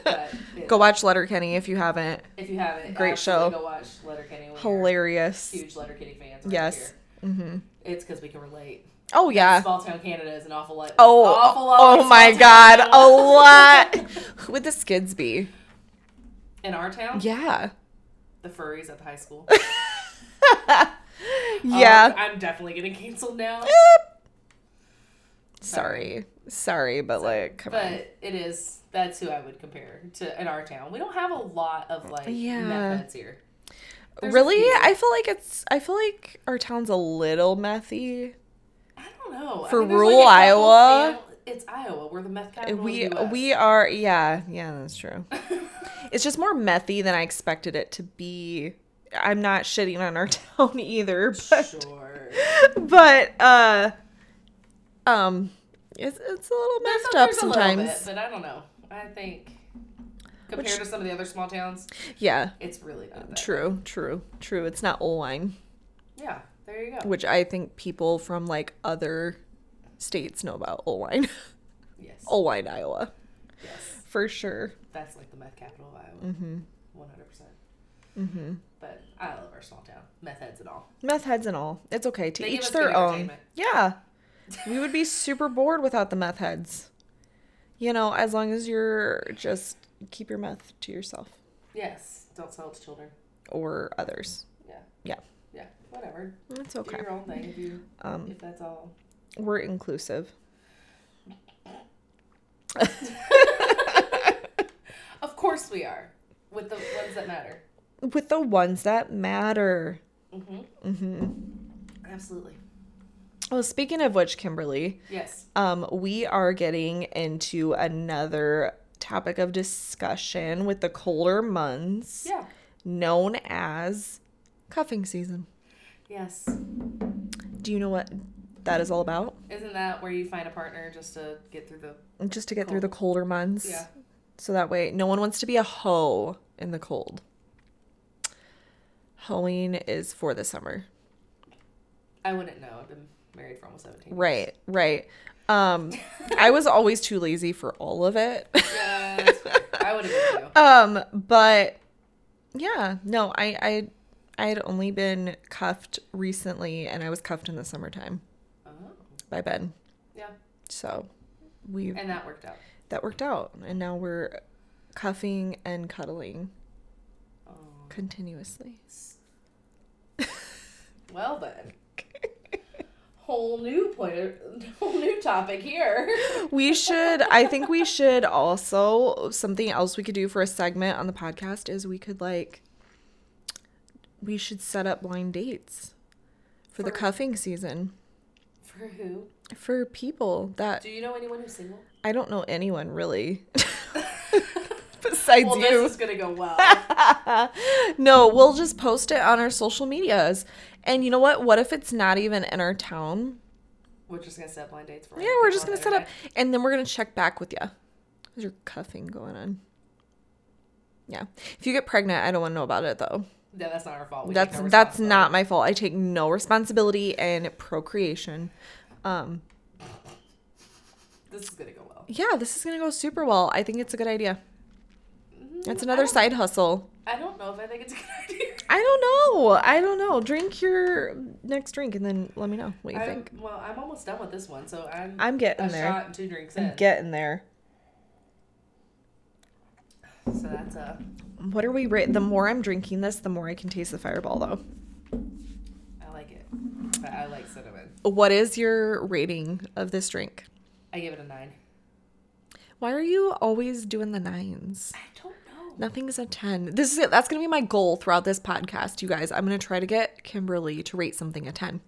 S1: But it-
S2: Go watch Letterkenny if you haven't.
S1: if you haven't,
S2: Great
S1: absolutely
S2: show.
S1: Go watch Letterkenny. We're
S2: Hilarious.
S1: huge Letterkenny fans. Right
S2: Yes.
S1: Here. It's because we can relate.
S2: Oh yeah.
S1: Small town Canada is an awful lot.
S2: Oh,
S1: awful lot. like
S2: oh
S1: small
S2: my
S1: town
S2: God,
S1: Canada.
S2: a lot. Who would the skids be?
S1: In our town,
S2: Yeah,
S1: the furries at the high school.
S2: yeah.
S1: Um, I'm definitely getting canceled now.
S2: Sorry. Sorry, but like, come on.
S1: But it is that's who I would compare to in our town. We don't have a lot of like
S2: Yeah.
S1: meth heads here. There's a
S2: Really?
S1: few.
S2: I feel like it's, I feel like our town's a little methy.
S1: I don't know. I
S2: For
S1: there's,
S2: rural
S1: a couple
S2: Iowa?
S1: fam- it's Iowa. We're the meth capital.
S2: We,
S1: of the US.
S2: we are, yeah, yeah, that's true. it's just more methy than I expected it to be. I'm not shitting on our town either, but,
S1: sure.
S2: but, uh, um, it's, it's a little messed up
S1: There's a little
S2: sometimes.
S1: bit, but I don't know. I think compared
S2: Which-
S1: to some of the other small towns,
S2: yeah,
S1: it's really not that.
S2: true, true, true. It's not old wine.
S1: Yeah, there you go.
S2: which I think people from like other states know about Olwine,
S1: yes.
S2: Olwine, Iowa,
S1: Yes.
S2: for sure. Mm-hmm.
S1: That's like the meth capital of Iowa. One hundred percent. But I love our small town. Meth heads and all.
S2: Meth heads and all, it's okay to
S1: They give
S2: each
S1: us
S2: their
S1: good
S2: own.
S1: entertainment.
S2: Yeah, we would be super bored without the meth heads. You know, as long as you're just keep your meth to yourself
S1: Yes. Don't sell it to children.
S2: or others.
S1: Yeah.
S2: Yeah,
S1: yeah, whatever.
S2: It's okay.
S1: Do your own thing if you
S2: Um,
S1: if that's all.
S2: we're inclusive.
S1: Of course we are with the ones that matter.
S2: With the ones that matter.
S1: Mm-hmm.
S2: hmm
S1: Absolutely.
S2: Well, speaking of which, Kimberly,
S1: Yes.
S2: um, we are getting into another topic of discussion with the colder months,
S1: Yeah.
S2: known as cuffing season.
S1: Yes.
S2: Do you know what that is all about?
S1: Isn't that where you find a partner just to get through the?
S2: Just to get through the colder months.
S1: Yeah.
S2: So that way, no one wants to be a hoe in the cold. Hoeing is for the summer.
S1: I wouldn't know. I've been married for almost seventeen.
S2: Right, right. Um, I was always too lazy for all of it.
S1: Yeah, that's fair. I would have been too.
S2: um, but yeah, no, I, I, I had only been cuffed recently, and I was cuffed in the summertime
S1: Oh,
S2: by Ben.
S1: yeah,
S2: So we
S1: and that worked out.
S2: that worked out, and now we're cuffing and cuddling
S1: Oh.
S2: continuously.
S1: Well then, whole new point, whole new topic here.
S2: We should, I think we should also, something else we could do for a segment on the podcast is we could like, we should set up blind dates for the
S1: For-
S2: cuffing season
S1: For who?
S2: for people that
S1: Do you know anyone who's single?
S2: I don't know anyone really besides
S1: well,
S2: you.
S1: this is gonna go well.
S2: no, we'll just post it on our social medias. And you know what? What if it's not even in our town?
S1: we're just gonna set up blind dates for.
S2: Yeah, we're just gonna set up, and then we're gonna check back with you. There's your cuffing going on. Yeah, if you get pregnant, I don't want to know about it though.
S1: No, that's not our fault. Oh, We
S2: that's
S1: take no
S2: that's
S1: responsibility.
S2: not my fault. I take no responsibility in procreation. Um,
S1: This is gonna go well.
S2: yeah, this is gonna go super well. I think it's a good idea.
S1: Mm,
S2: It's
S1: I
S2: another
S1: don't-
S2: side hustle.
S1: I don't know if I think it's a good idea.
S2: I don't know. I don't know. Drink your next drink and then let me know what you
S1: I'm,
S2: think.
S1: Well, I'm almost done with this one, so I'm.
S2: I'm getting
S1: a
S2: there.
S1: shot and two drinks in.
S2: I'm getting there.
S1: so that's uh, a.
S2: What are we? Ra- the more I'm drinking this, the more I can taste the fireball though.
S1: I like it, but I like cinnamon.
S2: What is your rating of this drink?
S1: I give it a nine.
S2: Why are you always doing the nines?
S1: I don't know.
S2: Nothing's a 10. This is it. That's going to be my goal throughout this podcast, you guys. I'm going to try to get Kimberly to rate something a 10.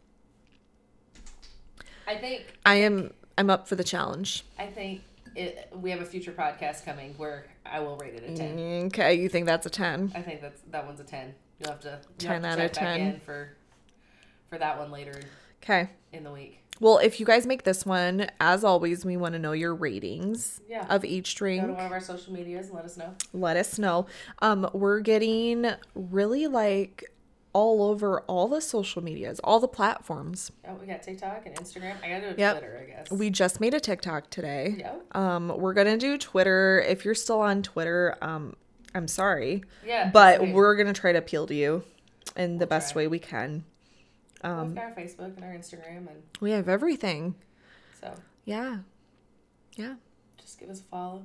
S1: I think
S2: I am I'm up for the challenge.
S1: I think it, we have a future podcast coming where I will rate it a ten.
S2: Mm. Okay, you think that's a 10?
S1: I think that's that one's a ten. You'll have to you'll have
S2: 10
S1: to
S2: out of
S1: check back
S2: 10.
S1: in for for that one later
S2: Okay.
S1: in the week.
S2: Well, if you guys make this one, as always, we want to know your ratings
S1: Yeah.
S2: of each
S1: Go to
S2: drink.
S1: one of our social medias and let us know.
S2: Let us know. Um we're getting really like all over all the social medias, all the platforms.
S1: Oh, we got TikTok and Instagram. I gotta do
S2: Yep.
S1: Twitter, I guess.
S2: We just made a TikTok today.
S1: Yep.
S2: Um, we're gonna do Twitter. If you're still on Twitter, um, I'm sorry,
S1: Yeah.
S2: but
S1: same.
S2: we're gonna try to appeal to you in the
S1: We'll
S2: best
S1: try.
S2: way we can.
S1: We've
S2: Um,
S1: got our Facebook and our Instagram, and
S2: we have everything.
S1: so
S2: Yeah, yeah.
S1: just give us a follow.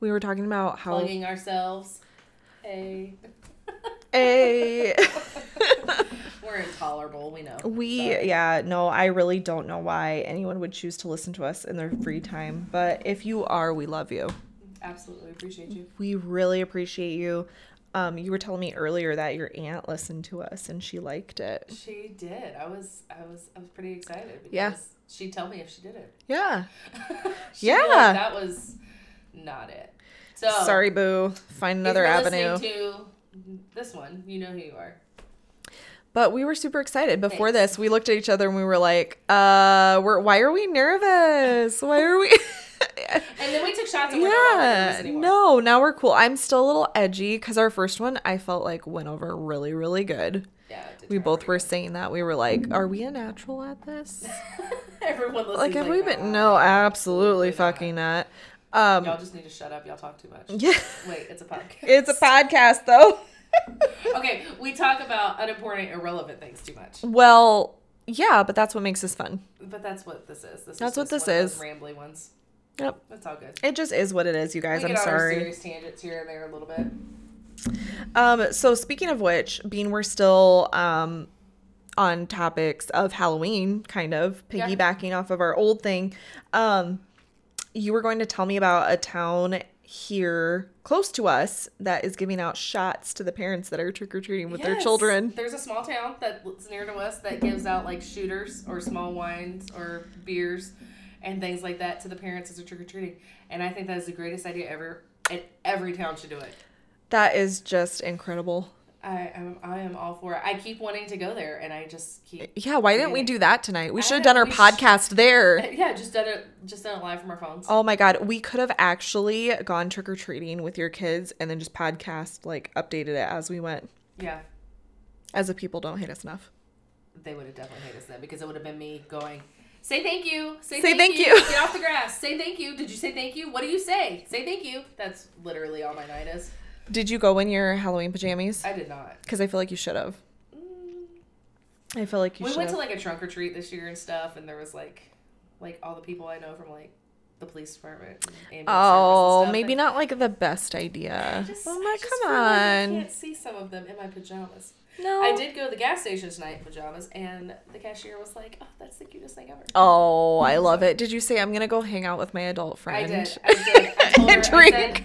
S2: We were talking about how
S1: Plugging ourselves. Hey,
S2: a
S1: we're intolerable. We know.
S2: we
S1: So,
S2: yeah no I really don't know why anyone would choose to listen to us in their free time, but if you are, we love you.
S1: absolutely appreciate you.
S2: We really appreciate you. Um, you were telling me earlier that your aunt listened to us and she liked it.
S1: She did. I was. I was. I was pretty excited. Because
S2: Yeah.
S1: She'd tell me if she did it.
S2: Yeah.
S1: She knew, like,
S2: Yeah.
S1: that was not it. So
S2: Sorry, boo. Find
S1: if
S2: another
S1: you're
S2: avenue.
S1: listening To this one, you know who you are.
S2: but we were super excited. Before
S1: Thanks.
S2: this, we looked at each other and we were like, "Uh, we're why are we nervous? Why are we?"
S1: And then we took shots. And we're no longer doing this
S2: yeah.
S1: anymore.
S2: No, now we're cool. I'm still a little edgy because our first one I felt like went over really, really good.
S1: Yeah. it did
S2: We
S1: turn out
S2: both
S1: pretty
S2: were
S1: good.
S2: saying that we were like, "Are we a natural at this?"
S1: Everyone listening.
S2: like, have we
S1: "Nah,
S2: been? No, absolutely
S1: not."
S2: fucking not. Um,
S1: Y'all just need to shut up. Y'all talk too much.
S2: yeah,
S1: Wait, it's a podcast.
S2: it's a podcast though.
S1: okay, we talk about unimportant, irrelevant things too much.
S2: well, yeah, but that's what makes us fun.
S1: But that's what this is. This
S2: That's
S1: is just
S2: what this
S1: one of those
S2: is.
S1: Rambly ones.
S2: Yep.
S1: That's all good.
S2: It just is what it is, you guys.
S1: we
S2: I'm
S1: get on our
S2: sorry.
S1: serious tangents here and there a little bit.
S2: Um, so speaking of which, Bean, we're still um on topics of Halloween, kind of
S1: Yeah.
S2: piggybacking off of our old thing. Um, you were going to tell me about a town here close to us that is giving out shots to the parents that are trick or treating with their
S1: Yes.
S2: children.
S1: There's a small town that's near to us that gives out like shooters or small wines or beers and things like that to the parents as a trick or treating. And I think that is the greatest idea ever. And every town should do it.
S2: That is just incredible.
S1: I am I am all for it. I keep wanting to go there, and I just keep
S2: Yeah, why didn't we do that tonight? Uh, We
S1: I
S2: should have
S1: know,
S2: done our
S1: we sh-
S2: podcast there.
S1: yeah, just done it just done it live from our phones.
S2: Oh my god, we could have actually gone trick or treating with your kids and then just podcast like updated it as we went.
S1: Yeah,
S2: As if people don't hate us enough.
S1: they would have definitely hated us then because it would have been me going. Say thank you. Say,
S2: Say
S1: thank,
S2: thank
S1: you.
S2: you."
S1: Get off the grass. Say thank you. Did you say thank you? What do you say? Say thank you. That's literally all my night is.
S2: Did you go in your Halloween pajamas?
S1: I did not.
S2: Because I feel like you should have. I feel like you
S1: Mm. we
S2: should.
S1: went
S2: have.
S1: to like a trunk or treat this year and stuff, and there was like, like all the people I know from like the police department. And ambulance service and
S2: oh,
S1: stuff,
S2: maybe
S1: and
S2: not like the best idea.
S1: I just-
S2: oh
S1: I
S2: my,
S1: just
S2: come
S1: feel like
S2: on.
S1: I can't see some of them in my pajamas.
S2: no.
S1: I did go to the gas station tonight in pajamas, and the cashier was like, "Oh, that's the cutest thing ever."
S2: Oh, I love it. Did you say I'm gonna go hang out with my adult
S1: I
S2: friend?
S1: did. I did. I told her.
S2: and drink.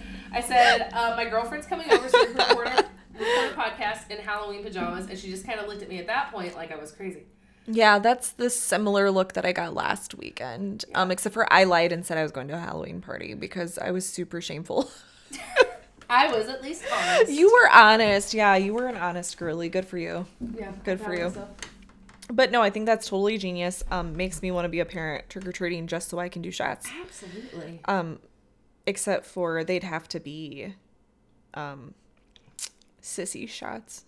S1: I said, I said uh, my girlfriend's coming over to record a, record a podcast in Halloween pajamas, and she just kind of looked at me at that point like I was crazy.
S2: Yeah, that's the similar look that I got last weekend. Um, except for I lied and said I was going to a Halloween party because I was super shameful.
S1: I was at least honest.
S2: you were honest. Yeah, you were an honest girly. Good for you.
S1: yeah,
S2: good for
S1: proud of
S2: you.
S1: myself.
S2: But no, I think that's totally genius. Um, makes me want to be a parent trick or treating just so I can do shots.
S1: Absolutely.
S2: Um, except for they'd have to be, um, sissy shots.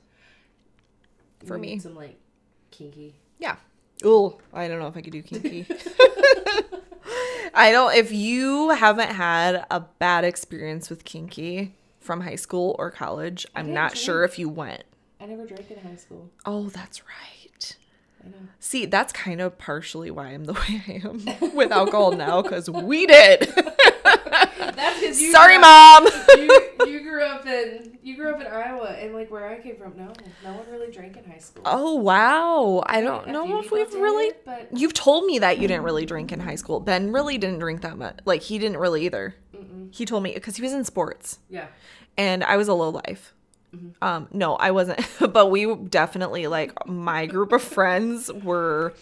S2: for
S1: We need
S2: me.
S1: Some like kinky.
S2: Yeah. Ooh, I don't know if I could do kinky. I don't. If you haven't had a bad experience with kinky from high school or college, I'm
S1: didn't
S2: not
S1: drink.
S2: sure if you went.
S1: I never drank in high school.
S2: Oh, that's right.
S1: I know.
S2: See, that's kind of partially why I'm the way I am with alcohol now, because we did.
S1: That's because you.
S2: Sorry,
S1: grew up-
S2: mom.
S1: you, you grew up in you grew up in Iowa, and like where I came from, no, no one really drank in high school.
S2: Oh wow! I don't
S1: A few
S2: know if
S1: people
S2: we've
S1: did,
S2: really.
S1: but
S2: You've told me that you didn't really drink in high school. Ben really didn't drink that much. Like he didn't really either.
S1: Mm-mm.
S2: He told me because he was in sports.
S1: yeah,
S2: and I was a low life. Um, no, I wasn't, but we definitely like my group of friends were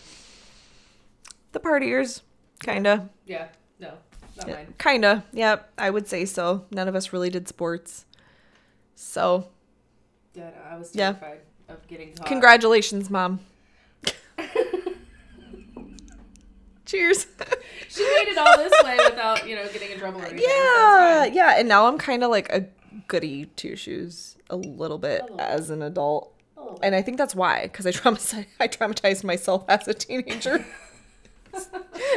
S2: the partiers, kind of,
S1: yeah, no, not mine.
S2: kind of. Yep, I would say so. None of us really did sports, so
S1: Yeah, no, uh, I was
S2: Yeah.
S1: terrified of getting caught.
S2: congratulations, mom. Cheers.
S1: She made it all this way without you know getting in trouble or anything. so
S2: yeah,
S1: it's fine.
S2: yeah, and now I'm kind of like a goody two shoes a little bit
S1: little bit.
S2: as an adult.
S1: A little bit.
S2: and I think that's why, because I traumatized, I traumatized myself as a teenager.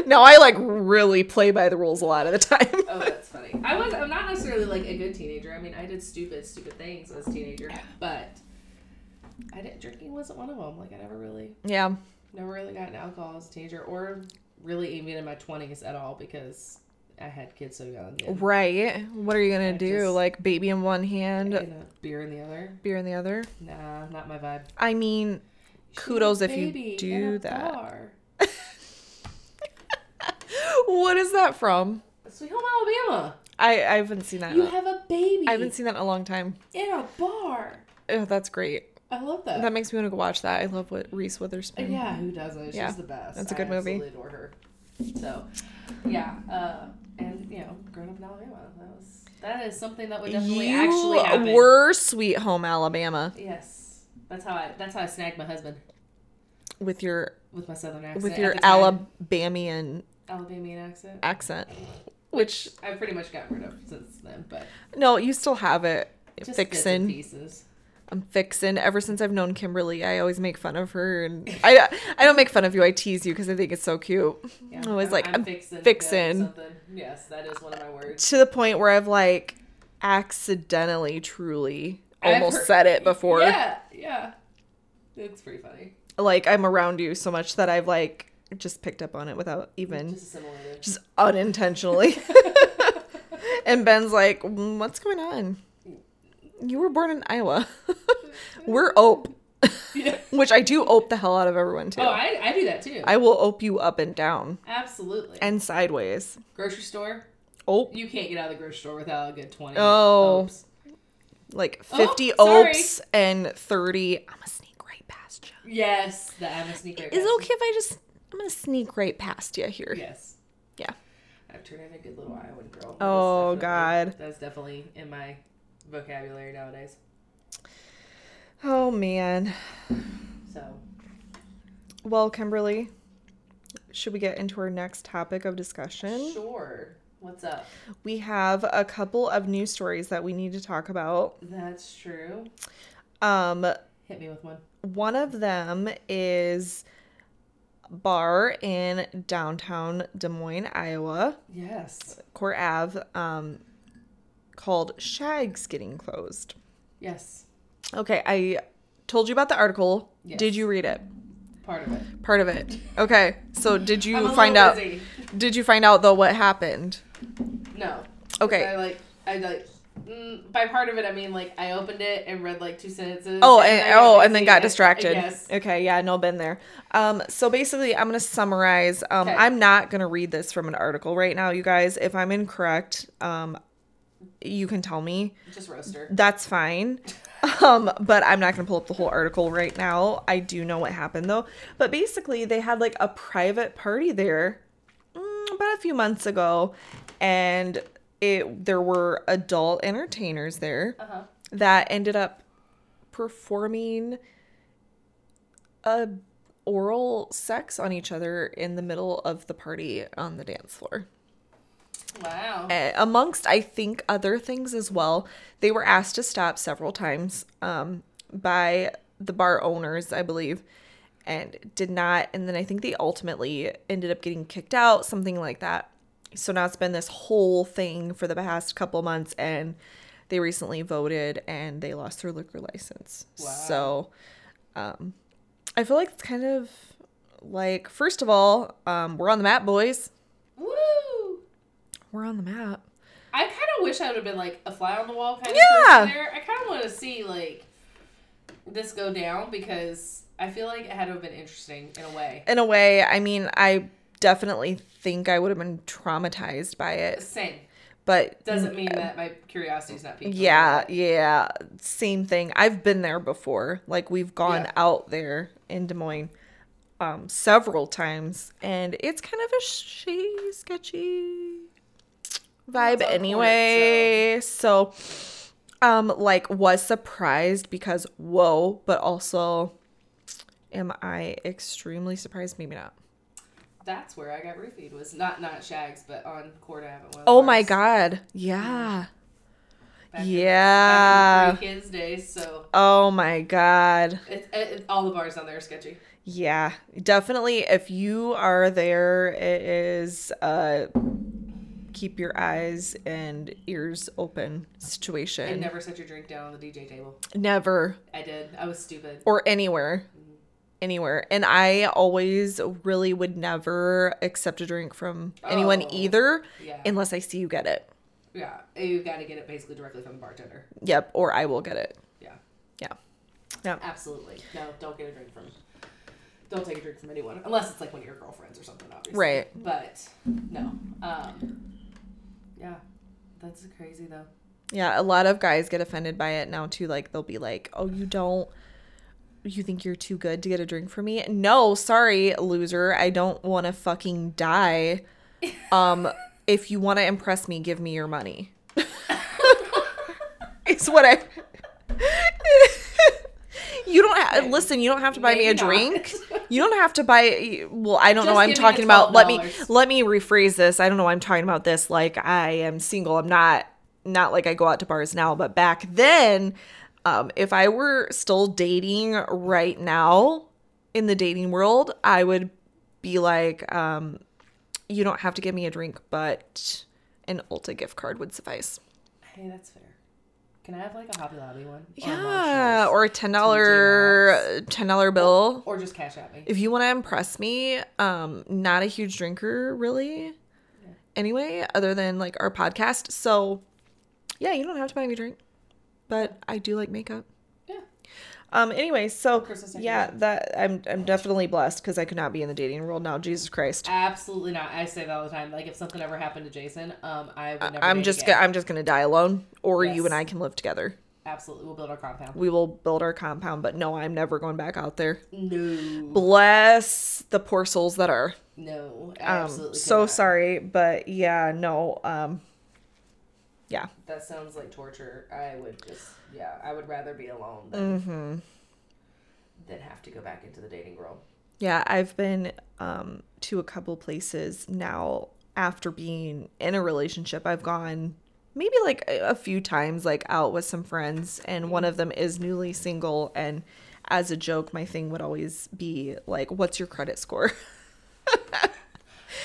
S2: now I like really play by the rules a lot of the time.
S1: Oh, that's funny. I was I'm not necessarily like a good teenager. I mean, I did stupid, stupid things as a teenager, but I didn't drinking wasn't one of them. Like I never really,
S2: Yeah,
S1: never really got into alcohol as a teenager, or really even in my twenties at all because I had kids so young and,
S2: right. What are you gonna
S1: I
S2: do?
S1: just-
S2: like baby in one hand,
S1: you know, beer in the other.
S2: beer in the other.
S1: Nah, not my vibe.
S2: I mean, kudos if you do that.
S1: Bar.
S2: What is that from?
S1: Sweet Home Alabama.
S2: I I haven't seen that. in
S1: You
S2: a-
S1: have a baby
S2: I haven't seen that in a long time.
S1: in a bar.
S2: Oh, that's great.
S1: I love that. Uh,
S2: That makes me want to go watch that. I love what Reese Witherspoon.
S1: Yeah, who doesn't? She's
S2: Yeah,
S1: the best.
S2: that's a good
S1: I
S2: movie.
S1: absolutely adore her. So, yeah, uh, and you know, growing up in Alabama, that was that is something that would definitely actually happen.
S2: You were Sweet Home Alabama
S1: Yes, that's how I that's how I snagged my husband
S2: with your
S1: with my southern accent.
S2: with
S1: at
S2: your
S1: the time.
S2: Alabamian
S1: Alabamian accent,
S2: accent, which
S1: I pretty much got rid of since then, but
S2: no, you still have it.
S1: just bits and
S2: fixin',
S1: pieces.
S2: I'm fixin'. Ever since I've known Kimberly, I always make fun of her, and I I don't make fun of you. I tease you because I think it's so cute.
S1: Yeah,
S2: I'm always like I'm,
S1: fixing,
S2: fixin'.
S1: something. Yes, that is one of my words.
S2: to the point where I've like accidentally, truly
S1: I've
S2: almost
S1: heard-
S2: said it before.
S1: Yeah, yeah, it's pretty funny.
S2: Like I'm around you so much that I've like just picked up on it without even
S1: Just assimilated.
S2: just unintentionally. and Ben's like, "Mm, "What's going on? You were born in Iowa. we're Ope.
S1: Yeah.
S2: which I do ope the hell out of everyone too.
S1: Oh, I, I do that too.
S2: I will ope you up and down
S1: Absolutely.
S2: and sideways.
S1: grocery store.
S2: Ope
S1: You can't get out of the grocery store without a good twenty.
S2: Oh.
S1: Oops.
S2: like
S1: Oh,
S2: 50
S1: sorry.
S2: opes and 30. I'm gonna sneak right past you.
S1: Yes, the I'm a sneaker.
S2: Is it okay if I just I'm gonna sneak right past you here?
S1: Yes.
S2: Yeah.
S1: I've turned into a good little Iowan girl.
S2: Oh,
S1: That's definitely-
S2: God.
S1: That's definitely in my vocabulary nowadays.
S2: Oh man.
S1: So
S2: Well, Kimberly, should we get into our next topic of discussion?
S1: sure. What's up?
S2: We have a couple of news stories that we need to talk about.
S1: That's true.
S2: Um,
S1: Hit me with one.
S2: one of them is a bar in downtown Des Moines, Iowa,
S1: Yes.
S2: Court Ave, um, called Shags Getting Closed.
S1: Yes.
S2: Okay, I told you about the article.
S1: Yes.
S2: Did you read it?
S1: Part of it.
S2: Part of it. Okay, so did
S1: I'm a
S2: you
S1: little
S2: find out?
S1: busy.
S2: Did you find out though what happened?
S1: No. I
S2: Okay.
S1: like. I like. Mm, by part of it, I mean like I opened it and read like two sentences.
S2: Oh, and,
S1: I
S2: oh,
S1: got
S2: and then got
S1: busy, I-
S2: distracted.
S1: Yes.
S2: Okay, yeah, no, been there. Um, so basically, I'm gonna summarize. Um,
S1: Okay.
S2: I'm not gonna read this from an article right now, you guys. If I'm incorrect, um, you can tell me.
S1: Just roaster.
S2: That's fine. Um, but I'm not gonna pull up the whole article right now. I do know what happened though. But basically, they had like a private party there mm, about a few months ago, and it there were adult entertainers there
S1: Uh huh.
S2: that ended up performing a oral sex on each other in the middle of the party on the dance floor
S1: Wow.
S2: uh, amongst I think other things as well. They were asked to stop several times um, by the bar owners, I believe, and did not. And then I think they ultimately ended up getting kicked out, something like that. So now it's been this whole thing for the past couple months, and they recently voted and they lost their liquor license.
S1: Wow.
S2: So um, I feel like it's kind of like, first of all, um, we're on the map, boys.
S1: Woo.
S2: We're on the map.
S1: I kind of wish I would have been like a fly on the wall kind
S2: Yeah.
S1: of person there. I kind of want to see like this go down because I feel like it had to have been interesting in a way.
S2: in a way i mean i definitely think i would have been traumatized by it
S1: Same
S2: but
S1: doesn't mean that my curiosity's not piqued.
S2: Mm. yeah yeah same thing i've been there before like we've gone
S1: Yeah.
S2: out there in des moines um, several times and it's kind of a shady sketchy vibe
S1: it's on
S2: anyway so um like was surprised because whoa but also am i extremely surprised maybe not
S1: That's where I got roofied was not not Shags but on Court Ave. at one of
S2: Oh
S1: the
S2: my
S1: bars
S2: god. Yeah.
S1: back in-
S2: Yeah.
S1: back in pre-kids days. So
S2: Oh my god.
S1: it, it, it- all the bars on there are sketchy.
S2: Yeah. Definitely if you are there it is uh keep your eyes and ears open situation.
S1: And never set your drink down on the DJ table.
S2: Never
S1: I did. I was stupid.
S2: or anywhere. Anywhere. And I always really would never accept a drink from anyone
S1: Oh.
S2: either
S1: Yeah.
S2: unless I see you get it.
S1: yeah. You got to get it basically directly from the bartender.
S2: Yep, or I will get it.
S1: Yeah.
S2: Yeah.
S1: Absolutely. No, don't get a drink from. Don't take a drink from anyone unless it's like one of your girlfriends or something, obviously.
S2: Right.
S1: But no. Um, yeah, that's crazy though.
S2: Yeah, a lot of guys get offended by it now too. Like they'll be like, "Oh, you don't you think you're too good to get a drink for me?" No, sorry, loser. I don't want to fucking die. Um if you want to impress me, give me your money. it's what I You don't ha- listen, you don't have to buy me a
S1: Maybe not.
S2: drink. You don't have to buy well, I don't know
S1: Just
S2: what I'm
S1: give me the
S2: talking about. Let me
S1: $12.
S2: let me rephrase this. I don't know why I'm talking about this. Like I am single. I'm not not like I go out to bars now, but back then, um, if I were still dating right now in the dating world, I would be like, um, you don't have to give me a drink, but an Ulta gift card would suffice.
S1: Hey, that's fair. Can I have like a Hobby Lobby one? Or a
S2: Yeah,
S1: Marshalls?
S2: or a ten dollar ten dollar bill.
S1: or just cash at me.
S2: if you want to impress me, um, not a huge drinker really. Anyway, other than like our podcast, so yeah, you don't have to buy me a drink, but I do like makeup.
S1: Yeah.
S2: Um. Anyway, so
S1: Christmas
S2: yeah, that I'm I'm definitely blessed because I could not be in the dating world now. Jesus Christ.
S1: Absolutely not. I say that all the time. Like if something ever happened to Jason, um, I would never.
S2: I'm
S1: date
S2: just
S1: again.
S2: gonna, I'm just gonna die alone, or you and
S1: Yes.
S2: I can live together.
S1: Absolutely, we'll build our compound.
S2: We will build our compound, but no, I'm never going back out there.
S1: No,
S2: Bless the poor souls that are.
S1: no, I
S2: Um,
S1: absolutely. could
S2: so
S1: not.
S2: sorry, but yeah, no. Um, yeah,
S1: That sounds like torture. I would just, yeah, I would rather be alone than,
S2: hmm
S1: than have to go back into the dating world.
S2: yeah. I've been um to a couple places now. After being in a relationship, I've gone maybe like a, a few times, like out with some friends, and one of them is newly single. And as a joke, my thing would always be like, "What's your credit score?"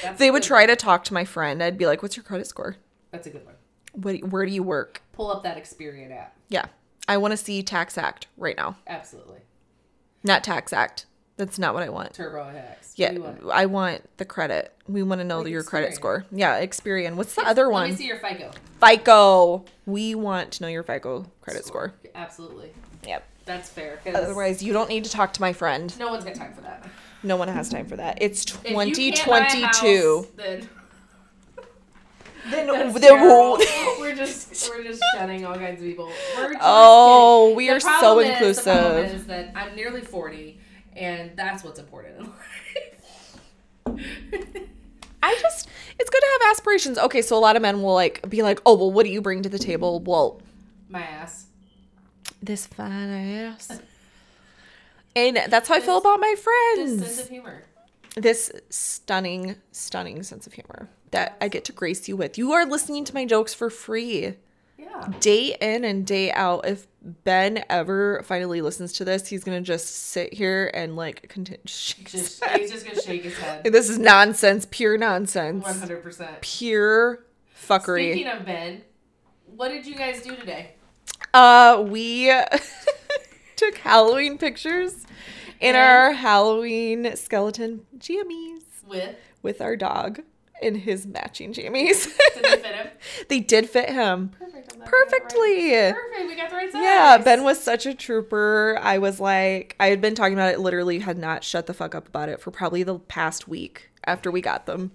S1: That's
S2: they
S1: a
S2: would
S1: good-
S2: try to talk to my friend. I'd be like, "What's your credit score?
S1: That's a good one.
S2: What? Where do you work?"
S1: Pull up that Experian app.
S2: Yeah, I want to see Tax Act right now.
S1: Absolutely.
S2: Not Tax Act. That's not what I want.
S1: Turbo Hex.
S2: Yeah, I want the credit. We want to know
S1: Like
S2: your credit
S1: Experian.
S2: score. Yeah, Experian. What's the other
S1: Let me
S2: one?
S1: see your FICO
S2: FICO. We want to know your FICO credit score.
S1: Absolutely.
S2: Yep.
S1: That's fair. 'cause
S2: Otherwise, you don't need to talk to my friend.
S1: no one's got time for that.
S2: No one has time for that. It's
S1: If you can't buy a
S2: 2022.
S1: house, then
S2: Then,
S1: that's
S2: then-
S1: terrible. we're just we're just shunning all kinds of people. We're just
S2: Oh,
S1: kidding.
S2: we
S1: The
S2: are so
S1: problem is- The problem
S2: inclusive.
S1: is that I'm nearly forty, and that's what's important in life.
S2: I just, it's good to have aspirations. Okay, so a lot of men will like be like, oh, well, what do you bring to the table? Well,
S1: My ass.
S2: this fine ass. And that's how I feel about my friends.
S1: This sense of humor.
S2: this stunning, stunning sense of humor that I get to grace you with. You are listening to my jokes for free
S1: Yeah.
S2: day in and day out. If Ben ever finally listens to this, he's going to just sit here and like continue.
S1: Just he's just gonna shake his head.
S2: This is nonsense, pure nonsense,
S1: One hundred percent.
S2: pure fuckery.
S1: Speaking of Ben, what did you guys do today?
S2: Uh, we took Halloween pictures in our Halloween skeleton jammies
S1: With
S2: with our dog in his matching jammies.
S1: did they fit him?
S2: they did fit him
S1: Perfect. I'm glad we got the right-
S2: perfectly.
S1: Perfect. We got the right size.
S2: Yeah, Ben was such a trooper. I was like, I had been talking about it, literally had not shut the fuck up about it for probably the past week after we got them.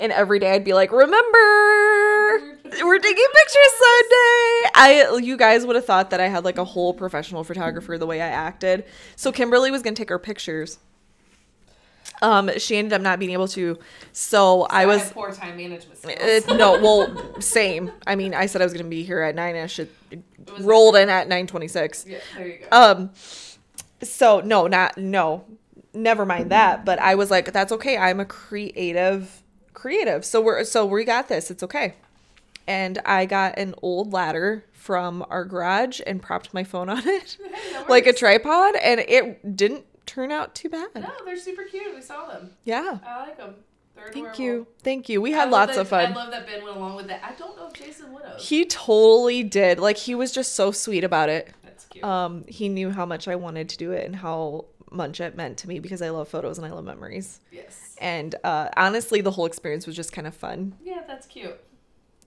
S2: And every day I'd be like, remember, we're taking pictures Sunday. I, you guys would have thought that I had like a whole professional photographer the way I acted. So Kimberly was going to take our pictures. Um, she ended up not being able to. So I was,
S1: had poor time management skills.
S2: it, Uh, no, well, same. I mean, I said I was gonna be here at nine. I should
S1: was-
S2: rolled in at nine twenty six.
S1: Yeah, there you go.
S2: Um, so no, not no, never mind that. But I was like, that's okay. I'm a creative, creative. So we're so we got this. It's okay. And I got an old ladder from our garage and propped my phone on it,
S1: no
S2: like a
S1: worries.
S2: tripod, and it didn't turn out too bad.
S1: No, they're super cute. We saw them.
S2: Yeah.
S1: I like them. They're
S2: Thank
S1: adorable.
S2: you. Thank you. We
S1: I
S2: had
S1: love
S2: lots
S1: that-
S2: of fun.
S1: I love that Ben went along with that. I don't know if Jason would have.
S2: He totally did. Like he was just so sweet about it.
S1: That's cute.
S2: Um, he knew how much I wanted to do it and how much it meant to me because I love photos and I love memories.
S1: yes.
S2: And uh, honestly, the whole experience was just kind of fun.
S1: Yeah, that's cute.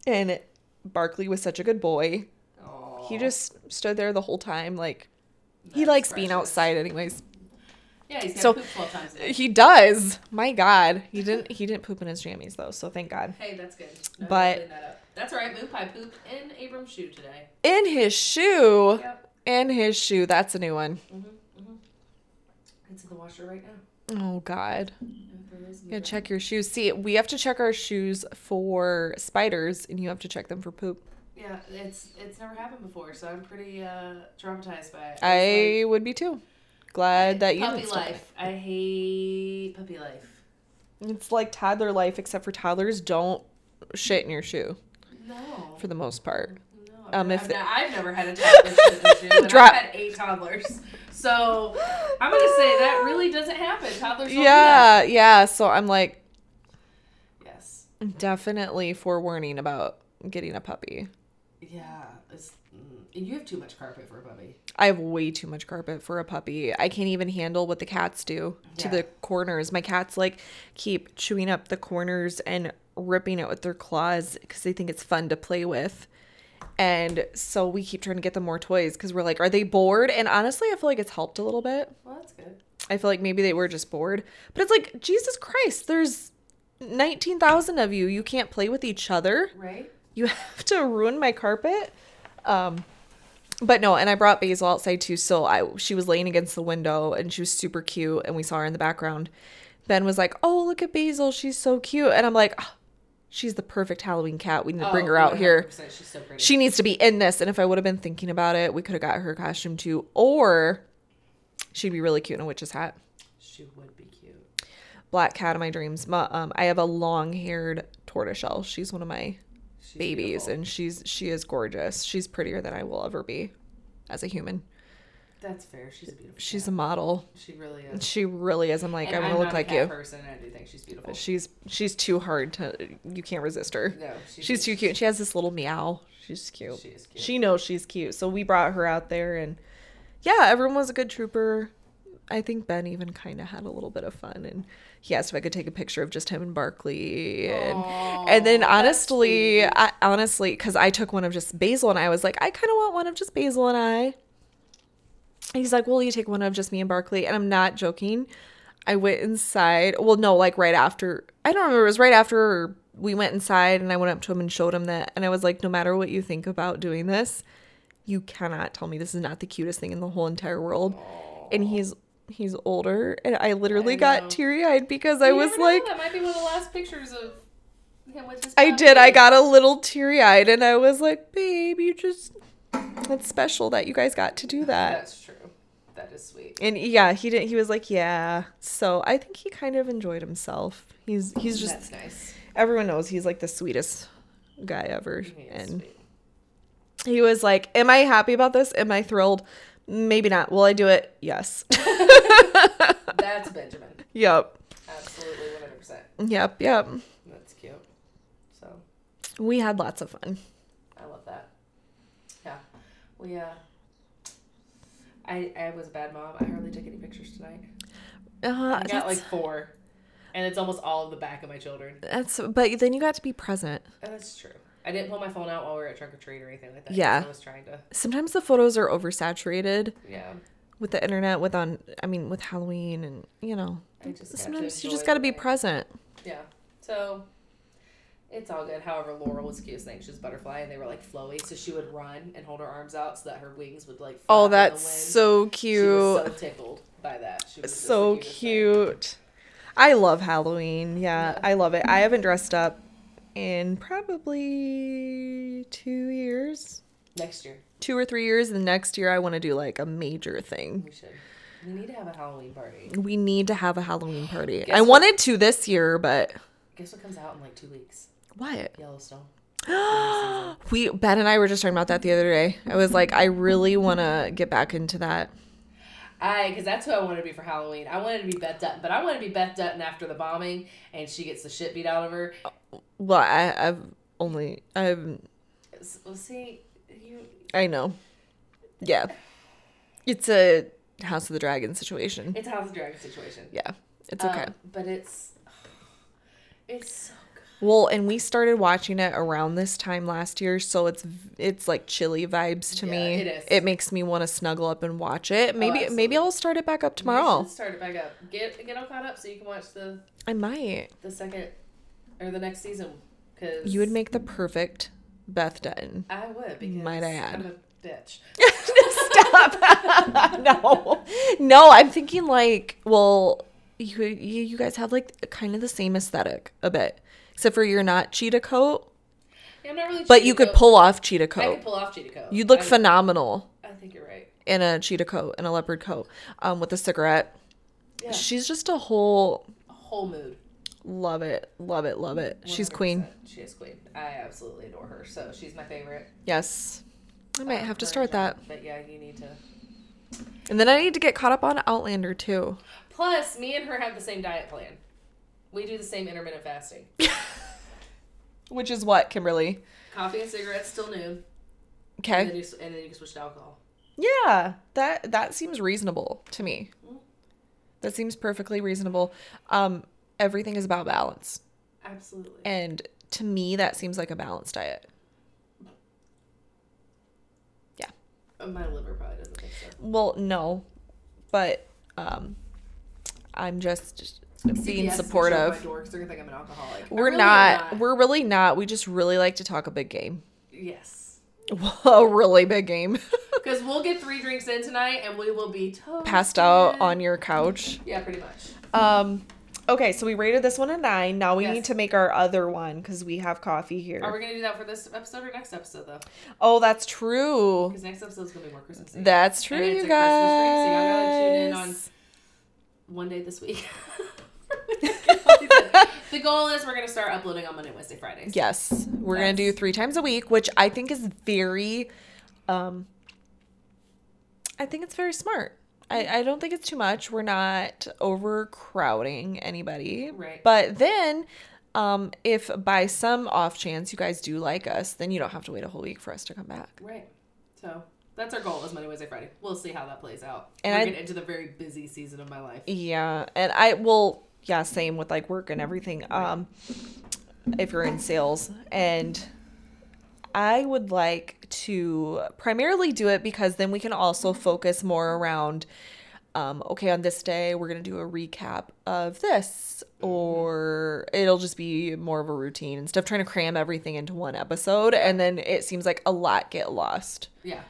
S2: And Barkley was such a good boy.
S1: Oh.
S2: He just stood there the whole time. Like he likes being outside, anyways.
S1: Yeah, he's got
S2: So-
S1: poop twelve times. A day.
S2: He does. My God, he didn't. He didn't poop in his jammies though. So thank God.
S1: Hey, that's good. No, we'll
S2: But-
S1: clean that up. that's all right. Moon pie pooped in Abram's shoe today.
S2: In his shoe.
S1: Yep. Mm-hmm,
S2: In his shoe. That's a new one.
S1: It's in the washer right now.
S2: Oh God.
S1: If there is
S2: Yeah,
S1: another-
S2: check your shoes. See, we have to check our shoes for spiders, and you have to check them for poop.
S1: Yeah, it's it's never happened before, so I'm pretty uh, traumatized by it. It's like-
S2: I would be too. Glad that you
S1: puppy
S2: didn't stop it.
S1: life. I hate puppy life.
S2: It's like toddler life, except for toddlers don't shit in your shoe
S1: No.
S2: for the most part.
S1: No,
S2: Um,
S1: um, if
S2: if
S1: I've,
S2: the-
S1: not, I've never had a toddler shit in a shoe, and
S2: Drop.
S1: I've had eight toddlers, so I'm gonna say that really doesn't happen. Toddlers, don't Do that.
S2: Yeah, yeah. So I'm like
S1: Yes.
S2: definitely forewarning about getting a puppy.
S1: Yeah. It's, mm, you have too much carpet for a puppy.
S2: I have way too much carpet for a puppy. I can't even handle what the cats do to
S1: Yeah.
S2: the corners. My cats like keep chewing up the corners and ripping it with their claws because they think it's fun to play with. And so we keep trying to get them more toys because we're like, are they bored? And honestly, I feel like it's helped a little bit.
S1: Well, that's good.
S2: I feel like maybe they were just bored. But it's like, Jesus Christ, there's 19,000 of you. You can't play with each other.
S1: Right?
S2: You have to ruin my carpet. Um, but no, and I brought Basil outside too. So I she was laying against the window and she was super cute and we saw her in the background. Ben was like, "Oh, look at Basil. She's so cute." And I'm like, "Ah, "She's the perfect Halloween cat. We need to bring
S1: Oh,
S2: her out here."
S1: 100%, She's so pretty.
S2: she needs to be in this. And if I would have been thinking about it, we could have got her costume too, or she'd be really cute in a witch's hat.
S1: she would be cute.
S2: Black cat of my dreams. Ma, um, I have a long-haired tortoiseshell. She's one of my
S1: She's
S2: babies,
S1: beautiful.
S2: and she's she is gorgeous. She's prettier than I will ever be as a human.
S1: That's fair. She's a beautiful.
S2: She's
S1: cat.
S2: a model.
S1: She really is.
S2: She really is. I'm like,
S1: And
S2: I
S1: I'm
S2: want to look
S1: not a
S2: like
S1: cat
S2: you.
S1: Person, I do think she's beautiful.
S2: She's she's too hard to. You can't resist her.
S1: no, she's,
S2: She's too cute. She has this little meow. She's cute.
S1: She is cute.
S2: She knows she's cute. So we brought her out there and yeah, everyone was a good trooper. I think Ben even kind of had a little bit of fun and he asked if I could take a picture of just him and Barkley and and then
S1: Aw, that's
S2: honestly,
S1: sweet.
S2: I, honestly cuz I took one of just Basil and I was like, I kind of want one of just Basil and I. And he's like, "Well, you take one of just me and Barkley." And I'm not joking. I went inside. Well, no, like right after. I don't remember. It was right after we went inside, and I went up to him and showed him that. And I was like, "No matter what you think about doing this, you cannot tell me this is not the cutest thing in the whole entire world." And he's he's older, and I literally
S1: I know.
S2: got teary eyed because I
S1: You
S2: was
S1: never know,
S2: like,
S1: that might be one of the last pictures of him with his.
S2: I
S1: puppy.
S2: did. I got a little teary eyed, and I was like, "Babe, you just." That's special that you guys got to do that.
S1: That's true. That is sweet.
S2: And yeah, he didn't. He was like, yeah. So I think he kind of enjoyed himself. He's he's just
S1: That's nice.
S2: everyone knows he's like the sweetest guy ever.
S1: He is
S2: and
S1: sweet.
S2: he was like, "Am I happy about this? Am I thrilled? Maybe not. Will I do it? Yes.
S1: That's Benjamin.
S2: yep.
S1: Absolutely, one hundred percent.
S2: Yep. Yep.
S1: That's cute. So
S2: We had lots of fun.
S1: I love that. Yeah, we uh. I, I was a bad mom. I hardly took any pictures tonight.
S2: Uh,
S1: I got
S2: that's,
S1: like four, and it's almost all of the back of my children.
S2: that's. But then you got to be present.
S1: Oh, that's true. I didn't pull my phone out while we were at trunk or treat or anything like that. 'cause
S2: Yeah.
S1: I was trying to.
S2: Sometimes the photos are oversaturated
S1: Yeah.
S2: with the internet, with on. I mean, with Halloween and you know.
S1: I just got to
S2: Sometimes you
S1: enjoy
S2: just got to
S1: the
S2: be
S1: night.
S2: present.
S1: Yeah. So it's all good. However, Laurel was cute as an anxious butterfly, and they were like flowy, so she would run and hold her arms out so that her wings would like. flap
S2: Oh,
S1: in the
S2: that's
S1: wind.
S2: so
S1: She was
S2: cute.
S1: so tickled by that. She was just the
S2: So
S1: cutest thing.
S2: cute. I love Halloween. Yeah,
S1: Yeah.
S2: I love it. I haven't dressed up in probably two years,
S1: Next year
S2: two or three years. And next year, I want to do like a major thing.
S1: we should. We need to have a Halloween party.
S2: We need to have a Halloween party.
S1: Guess
S2: I
S1: what-
S2: wanted to this year, but
S1: Guess what comes out in like two weeks?
S2: what?
S1: Yellowstone.
S2: We Ben and I were just talking about that the other day. I was like, I really want to get back into that.
S1: I, because that's who I wanted to be for Halloween. I wanted to be Beth Dutton, but I wanted to be Beth Dutton after the bombing, and she gets the shit beat out of her.
S2: Well, I, I've only I've
S1: S- well, see, you,
S2: I know. Yeah. It's a House of the Dragon situation.
S1: it's a House of Dragon situation.
S2: Yeah. It's okay.
S1: Um, but it's, it's so good.
S2: well, and we started watching it around this time last year, so it's it's like chilly vibes to
S1: Yeah,
S2: me.
S1: it is. Oh,
S2: makes me want to snuggle up and watch it. Maybe
S1: absolutely.
S2: maybe I'll start it back up
S1: You
S2: tomorrow.
S1: should start it back up. Get get all caught up so you can watch the
S2: I might.
S1: the second or the next season. Because
S2: You would make the perfect Beth Dutton.
S1: I would because
S2: Might I add.
S1: I'm a bitch.
S2: Stop. no. No, I'm thinking like, well, you, you you guys have like kind of the same aesthetic a bit. Except for you're not cheetah coat,
S1: Yeah, I'm not really.
S2: but
S1: cheating,
S2: you could
S1: though.
S2: pull off cheetah
S1: I
S2: coat.
S1: could pull off Cheetah Code.
S2: You'd look
S1: I,
S2: phenomenal
S1: I think you're right.
S2: in a cheetah coat, in a leopard coat, um, with a cigarette.
S1: Yeah.
S2: She's just a whole
S1: Whole mood.
S2: love it, love it, love it. She's queen.
S1: 100%. She is queen. I absolutely adore her. So she's my favorite.
S2: Yes. I might
S1: uh,
S2: have to
S1: her
S2: start
S1: genre.
S2: that.
S1: But yeah, you need to.
S2: And then I need to get caught up on Outlander too.
S1: Plus, me and her have the same diet plan. We do the same intermittent fasting.
S2: Which is what, Kimberly?
S1: Coffee and cigarettes till noon, and then
S2: Okay.
S1: you, and then you can switch to alcohol.
S2: Yeah. That that seems reasonable to me. That seems perfectly reasonable. Um, everything is about balance.
S1: Absolutely.
S2: And to me that seems like a balanced diet.
S1: my liver probably doesn't think so.
S2: Well, no, but um, I'm just being
S1: CVS is gonna show up at
S2: supportive.
S1: My door 'cause they're gonna think I'm an alcoholic. I
S2: We're
S1: really am
S2: not, We're really not. We just really like to talk a big game.
S1: Yes.
S2: a really big game.
S1: Because we'll get three drinks in tonight and we will be toasted.
S2: Passed out on your couch.
S1: Yeah, pretty much.
S2: Um. Okay, so we rated this one a nine. Now we
S1: Yes.
S2: need to make our other one because we have coffee here.
S1: Are we gonna do that for this episode or next episode though?
S2: oh, that's true.
S1: Because next episode's gonna be more Christmas. Eve.
S2: That's true,
S1: And it's
S2: you
S1: a Christmas
S2: guys.
S1: drink, so y'all gotta tune in on- one day this week. the goal is we're gonna start uploading on Monday, Wednesday, Fridays.
S2: Yes, we're gonna do
S1: Yes.
S2: three times a week, which I think is very, um, I think it's very smart. I, I don't think it's too much. We're not overcrowding anybody.
S1: Right.
S2: But then, um, if by some off chance you guys do like us, then you don't have to wait a whole week for us to come back.
S1: Right. So that's our goal is Monday, Wednesday, Friday. We'll see how that plays out.
S2: And
S1: we're
S2: I-
S1: getting into the very busy season of my life.
S2: Yeah, and I will. Yeah, same with like work and everything. Um, if you're in sales, and I would like to primarily do it because then we can also focus more around. Um, okay, on this day we're gonna do a recap of this, or it'll just be more of a routine instead of trying to cram everything into one episode, and then it seems like a lot get lost
S1: Yeah.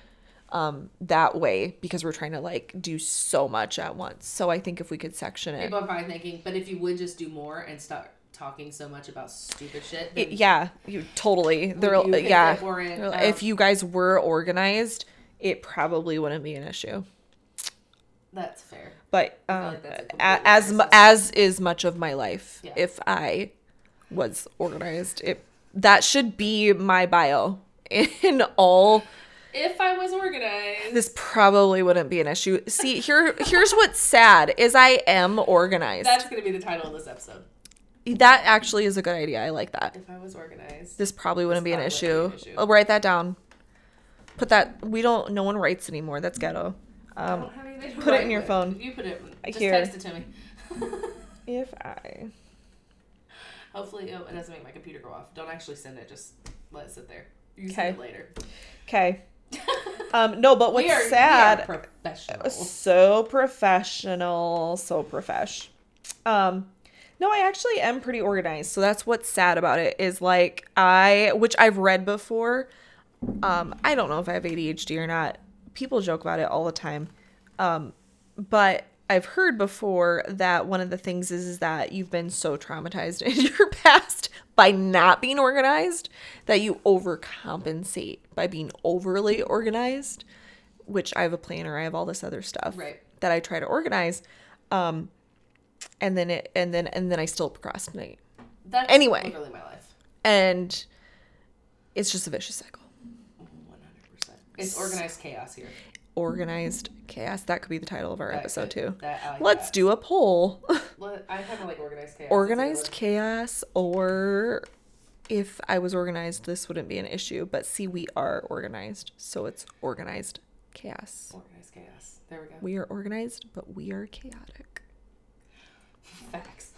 S2: um that way because we're trying to like do so much at once. So I think if we could section it.
S1: People are probably thinking, but if you would just do more and stop talking so much about stupid shit,
S2: Y-
S1: then
S2: yeah, you totally. They're
S1: you picked
S2: yeah.
S1: up for it,
S2: They're-
S1: um,
S2: if you guys were organized, it probably wouldn't be an issue.
S1: that's fair.
S2: But
S1: I feel
S2: um,
S1: like that's a
S2: a-
S1: completely
S2: as mu-
S1: fair
S2: as is much of my life,
S1: Yeah.
S2: if I was organized, it that should be my bio in all
S1: If I was organized,
S2: this probably wouldn't be an issue see here here's what's sad is i am organized
S1: that's going to be the title of this episode.
S2: That actually is a good idea. I like that.
S1: If I was organized,
S2: This probably wouldn't be an
S1: This probably
S2: issue.
S1: wouldn't be an issue.
S2: I'll write that down. Put that. We don't. No one writes anymore. That's ghetto.
S1: I
S2: Um,
S1: don't have anything to
S2: put it in
S1: write
S2: your
S1: with.
S2: phone.
S1: You put it. Just
S2: Here.
S1: text it to me.
S2: if I
S1: Hopefully, oh, it doesn't make my computer go off. Don't actually send it. Just let it sit there. You
S2: Okay.
S1: send it later.
S2: okay. Um, no, but what's
S1: we are,
S2: sad?
S1: We are professional.
S2: so professional. So profesh. Um, no, I actually am pretty organized. So that's what's sad about it is like I, which I've read before. Um, I don't know if I have ADHD or not. People joke about it all the time. Um, but I've heard before that one of the things is, is that you've been so traumatized in your past by not being organized that you overcompensate by being overly organized, which I have a planner, I have all this other stuff
S1: Right.
S2: that I try to organize. Um and then it and then and then I still procrastinate.
S1: That's
S2: Anyway.
S1: literally my life.
S2: And it's just a vicious cycle.
S1: One hundred percent. It's organized chaos here.
S2: Organized chaos. That could be the title of our
S1: That-
S2: episode
S1: that-
S2: too.
S1: that- I like
S2: Let's
S1: that.
S2: do a poll.
S1: Let- I kind of like organized chaos.
S2: organized
S1: chaos.
S2: chaos or if I was organized, this wouldn't be an issue. But see, we are organized, so it's organized chaos.
S1: Organized chaos. There we go.
S2: We are organized, but we are chaotic.
S1: Facts.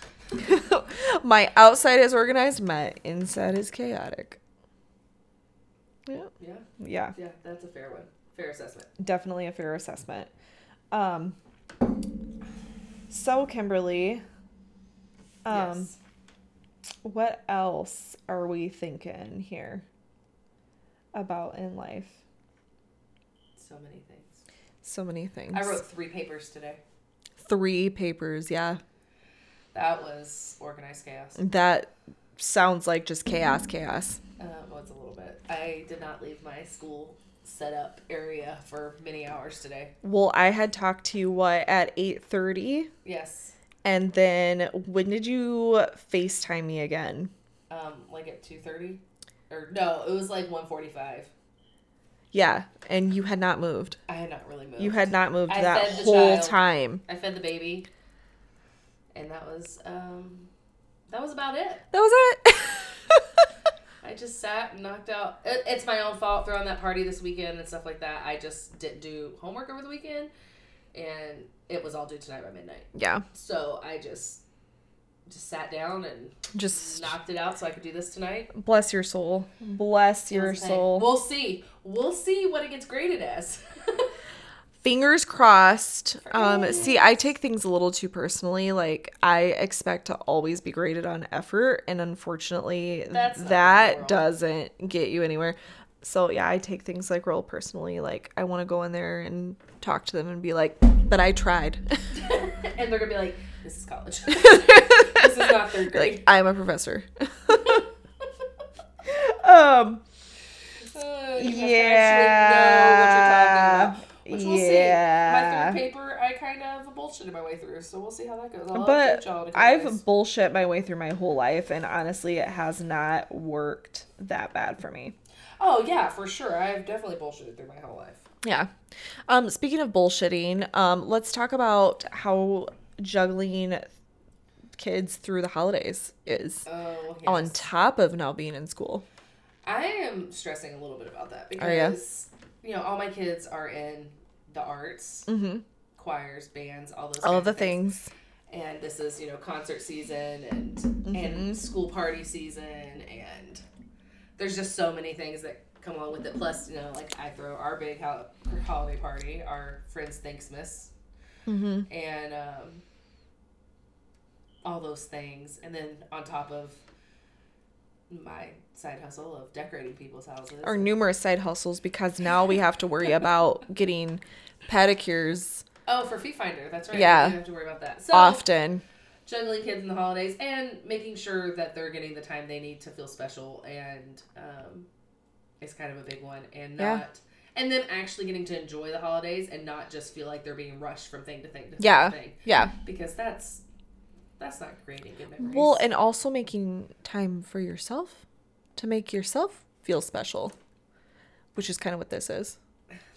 S2: my outside is organized, my inside is chaotic. Yeah,
S1: Yeah.
S2: yeah,
S1: Yeah. That's a fair one. Fair assessment.
S2: definitely a fair assessment. Um, so Kimberly, um,
S1: yes.
S2: what else are we thinking here about in life?
S1: So many things.
S2: So many things.
S1: I wrote three papers today.
S2: three papers. Yeah,
S1: That was organized chaos.
S2: that sounds like just chaos, chaos.
S1: Uh, well, it's a little bit. I did not leave my school setup area for many hours today.
S2: Well, I had talked to you what at eight thirty,
S1: Yes.
S2: and then when did you Facetime me again?
S1: Um, like at two thirty, or no, it was like one forty-five.
S2: Yeah, and you had not moved.
S1: I had not really moved.
S2: You had not moved
S1: I
S2: that
S1: fed the
S2: whole
S1: child.
S2: time.
S1: I fed the baby, and that was um, that was about it.
S2: That was it.
S1: I just sat and knocked out. It, it's my own fault throwing that party this weekend and stuff like that. I just didn't do homework over the weekend, and it was all due tonight by midnight.
S2: yeah,
S1: So I just just sat down and
S2: just
S1: knocked it out so I could do this tonight.
S2: bless your soul. Bless your
S1: Feels like-
S2: soul.
S1: We'll see. We'll see what it gets graded as.
S2: fingers crossed um see i take things a little too personally like i expect to always be graded on effort and unfortunately
S1: That's not the
S2: that
S1: world.
S2: doesn't get you anywhere so yeah i take things like real personally like i want to go in there and talk to them and be like but i tried
S1: and they're gonna be like, "This is college. this is not third grade."
S2: like i'm a professor um
S1: Uh, you have to actually know what you're talking
S2: yeah
S1: about. Which we'll
S2: yeah
S1: see. My third paper, I kind of bullshitted my way through, so we'll see how that goes. I'll
S2: but
S1: update y'all in a couple
S2: I've
S1: days.
S2: bullshit my way through my whole life, and honestly, it has not worked that bad for me.
S1: oh yeah, for sure. I've definitely bullshitted through my whole life.
S2: Yeah. Um, speaking of bullshitting, um, let's talk about how juggling kids through the holidays is
S1: Oh, yes.
S2: on top of now being in school.
S1: I am stressing a little bit about that
S2: Are ya?
S1: because you know all my kids are in the arts,
S2: Mm-hmm.
S1: choirs, bands, all those
S2: All
S1: kinds
S2: the
S1: of things.
S2: things.
S1: and this is you know concert season and
S2: Mm-hmm.
S1: and school party season and there's just so many things that come along with it plus you know like i throw our big ho- holiday party our friends thanksmas
S2: Mm-hmm.
S1: and um, all those things and then on top of my side hustle of decorating people's houses
S2: Or numerous side hustles because now we have to worry about getting pedicures
S1: oh for fee finder that's right
S2: Yeah.
S1: you have to worry about that so
S2: often.
S1: juggling kids in the holidays and making sure that they're getting the time they need to feel special and um, it's kind of a big one and not
S2: Yeah.
S1: and them actually getting to enjoy the holidays and not just feel like they're being rushed from thing to thing to thing to
S2: Yeah.
S1: thing
S2: Yeah.
S1: because that's that's not creating good memories.
S2: Well, and also making time for yourself to make yourself feel special, which is kind of what this is.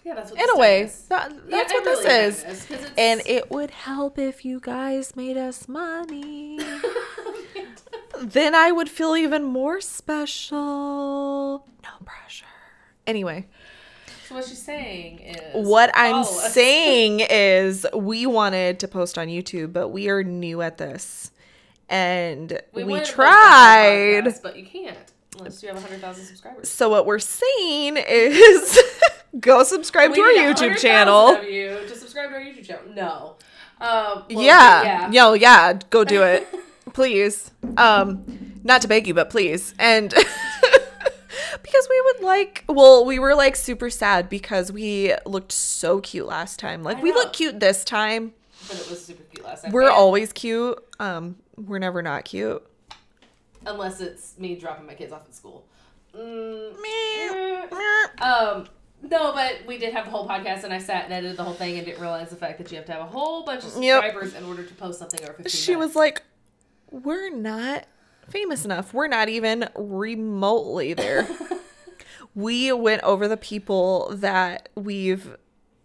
S1: yeah, that's what
S2: In
S1: this
S2: a way,
S1: time is.
S2: that,
S1: Yeah,
S2: that's
S1: it
S2: what this
S1: really
S2: is.
S1: is, 'cause it's-
S2: And it would help if you guys made us money. then I would feel even more special. No pressure. Anyway,
S1: so what she's saying is oh,
S2: what I'm
S1: follow us.
S2: saying is we wanted to post on YouTube, but we are new at this. And we,
S1: wanted to post
S2: tried.
S1: on the podcast, but you can't unless you have hundred thousand subscribers.
S2: So what we're saying is go subscribe to
S1: We
S2: our
S1: need
S2: YouTube
S1: 100,000
S2: channel.
S1: of you to subscribe to our YouTube channel. No. Um, well,
S2: yeah. Yo, yeah, go do it. please. Um not to beg you, but please. And because we would like well, we were like super sad because we looked so cute last time. Like
S1: I
S2: we
S1: know.
S2: look cute this time.
S1: But it was super cute last time.
S2: We're
S1: And
S2: always cute. Um we're never not cute.
S1: unless it's me dropping my kids off at school. Mm,
S2: Meow.
S1: eh. um, no, but we did have the whole podcast, and I sat and edited the whole thing, and didn't realize the fact that you have to have a whole bunch of
S2: Yep.
S1: subscribers in order to post something over fifteen.
S2: she
S1: minutes.
S2: was like, "We're not famous enough. We're not even remotely there." we went over the people that we've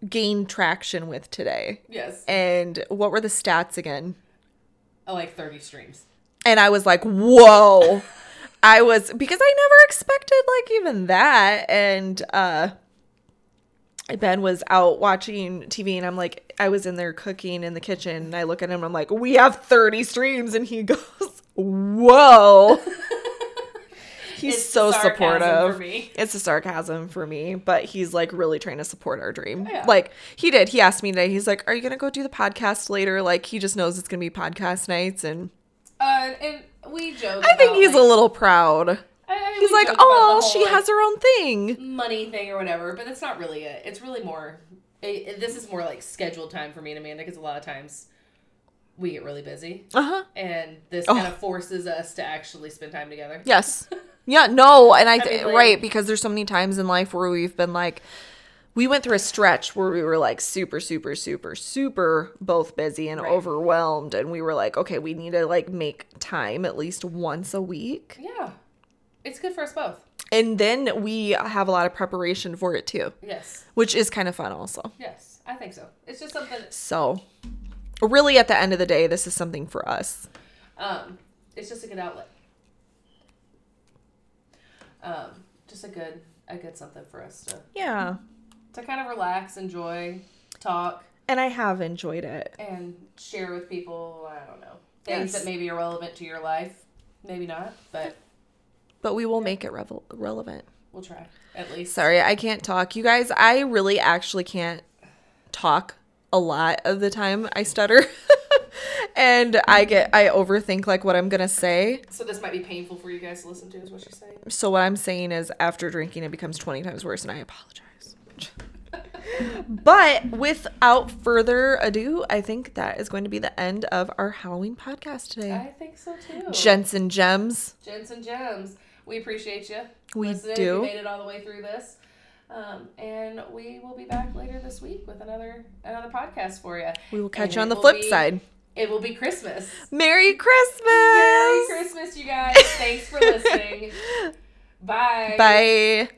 S2: gained traction with today.
S1: yes,
S2: And what were the stats again?
S1: oh, like thirty streams.
S2: And I was like, "Whoa." I was because I never expected like even that and uh Ben was out watching TV and I'm like I was in there cooking in the kitchen and I look at him and I'm like we have 30 streams and he goes whoa He's
S1: It's
S2: so
S1: sarcasm
S2: supportive.
S1: for me.
S2: It's a sarcasm for me, but he's like really trying to support our dream.
S1: Oh, Yeah.
S2: Like he did. He asked me today. He's like, "Are you going to go do the podcast later?" Like he just knows it's going to be podcast nights and
S1: Uh, and we joke.
S2: I think
S1: about,
S2: he's a
S1: like,
S2: little proud.
S1: I- I mean,
S2: He's
S1: we
S2: like,
S1: joke about the
S2: "Oh,
S1: whole,
S2: she
S1: like,
S2: has her own thing."
S1: money thing or whatever, but that's not really it. It's really more. It, it- this is more like scheduled time for me and Amanda because a lot of times we get really busy,
S2: Uh huh.
S1: and this
S2: Oh.
S1: kind of forces us to actually spend time together.
S2: Yes. Yeah. No. And I, th-
S1: mean, like-
S2: right because there's so many times in life where we've been like, we went through a stretch where we were like super, super, super, super both busy and
S1: Right.
S2: overwhelmed, and we were like, okay, we need to like make time at least once a week,
S1: Yeah, it's good for us both.
S2: and then we have a lot of preparation for it too,
S1: Yes,
S2: which is kind of fun also.
S1: yes, I think so. It's just something.
S2: So, really, at the end of the day, this is something for us.
S1: Um, it's just a good outlet. Um, just a good, a good something for us to
S2: Yeah.
S1: to kind of relax, enjoy, talk.
S2: And I have enjoyed it.
S1: and share with people. I don't know things
S2: Yes.
S1: that maybe are relevant to your life, maybe not, but
S2: But we will make it revel- relevant.
S1: we'll try at least.
S2: Sorry, I can't talk. You guys, I really actually can't talk a lot of the time. I stutter. and I get I overthink like what I'm going to say.
S1: So this might be painful for you guys to listen to, is what she's saying.
S2: So what I'm saying is after drinking it becomes 20 times worse and I apologize. but without further ado, I think that is going to be the end of our Halloween podcast today.
S1: I think so too.
S2: Gents and gems.
S1: Gents and gems. We appreciate you.
S2: We
S1: listening, if
S2: do.
S1: You made it all the way through this. Um, and we will be back later this week with another another podcast for you.
S2: We will
S1: And
S2: catch you on
S1: it
S2: the
S1: will
S2: flip
S1: be-
S2: side.
S1: It will be Christmas.
S2: Merry Christmas.
S1: Merry Christmas, you guys. Thanks for listening. Bye.
S2: Bye.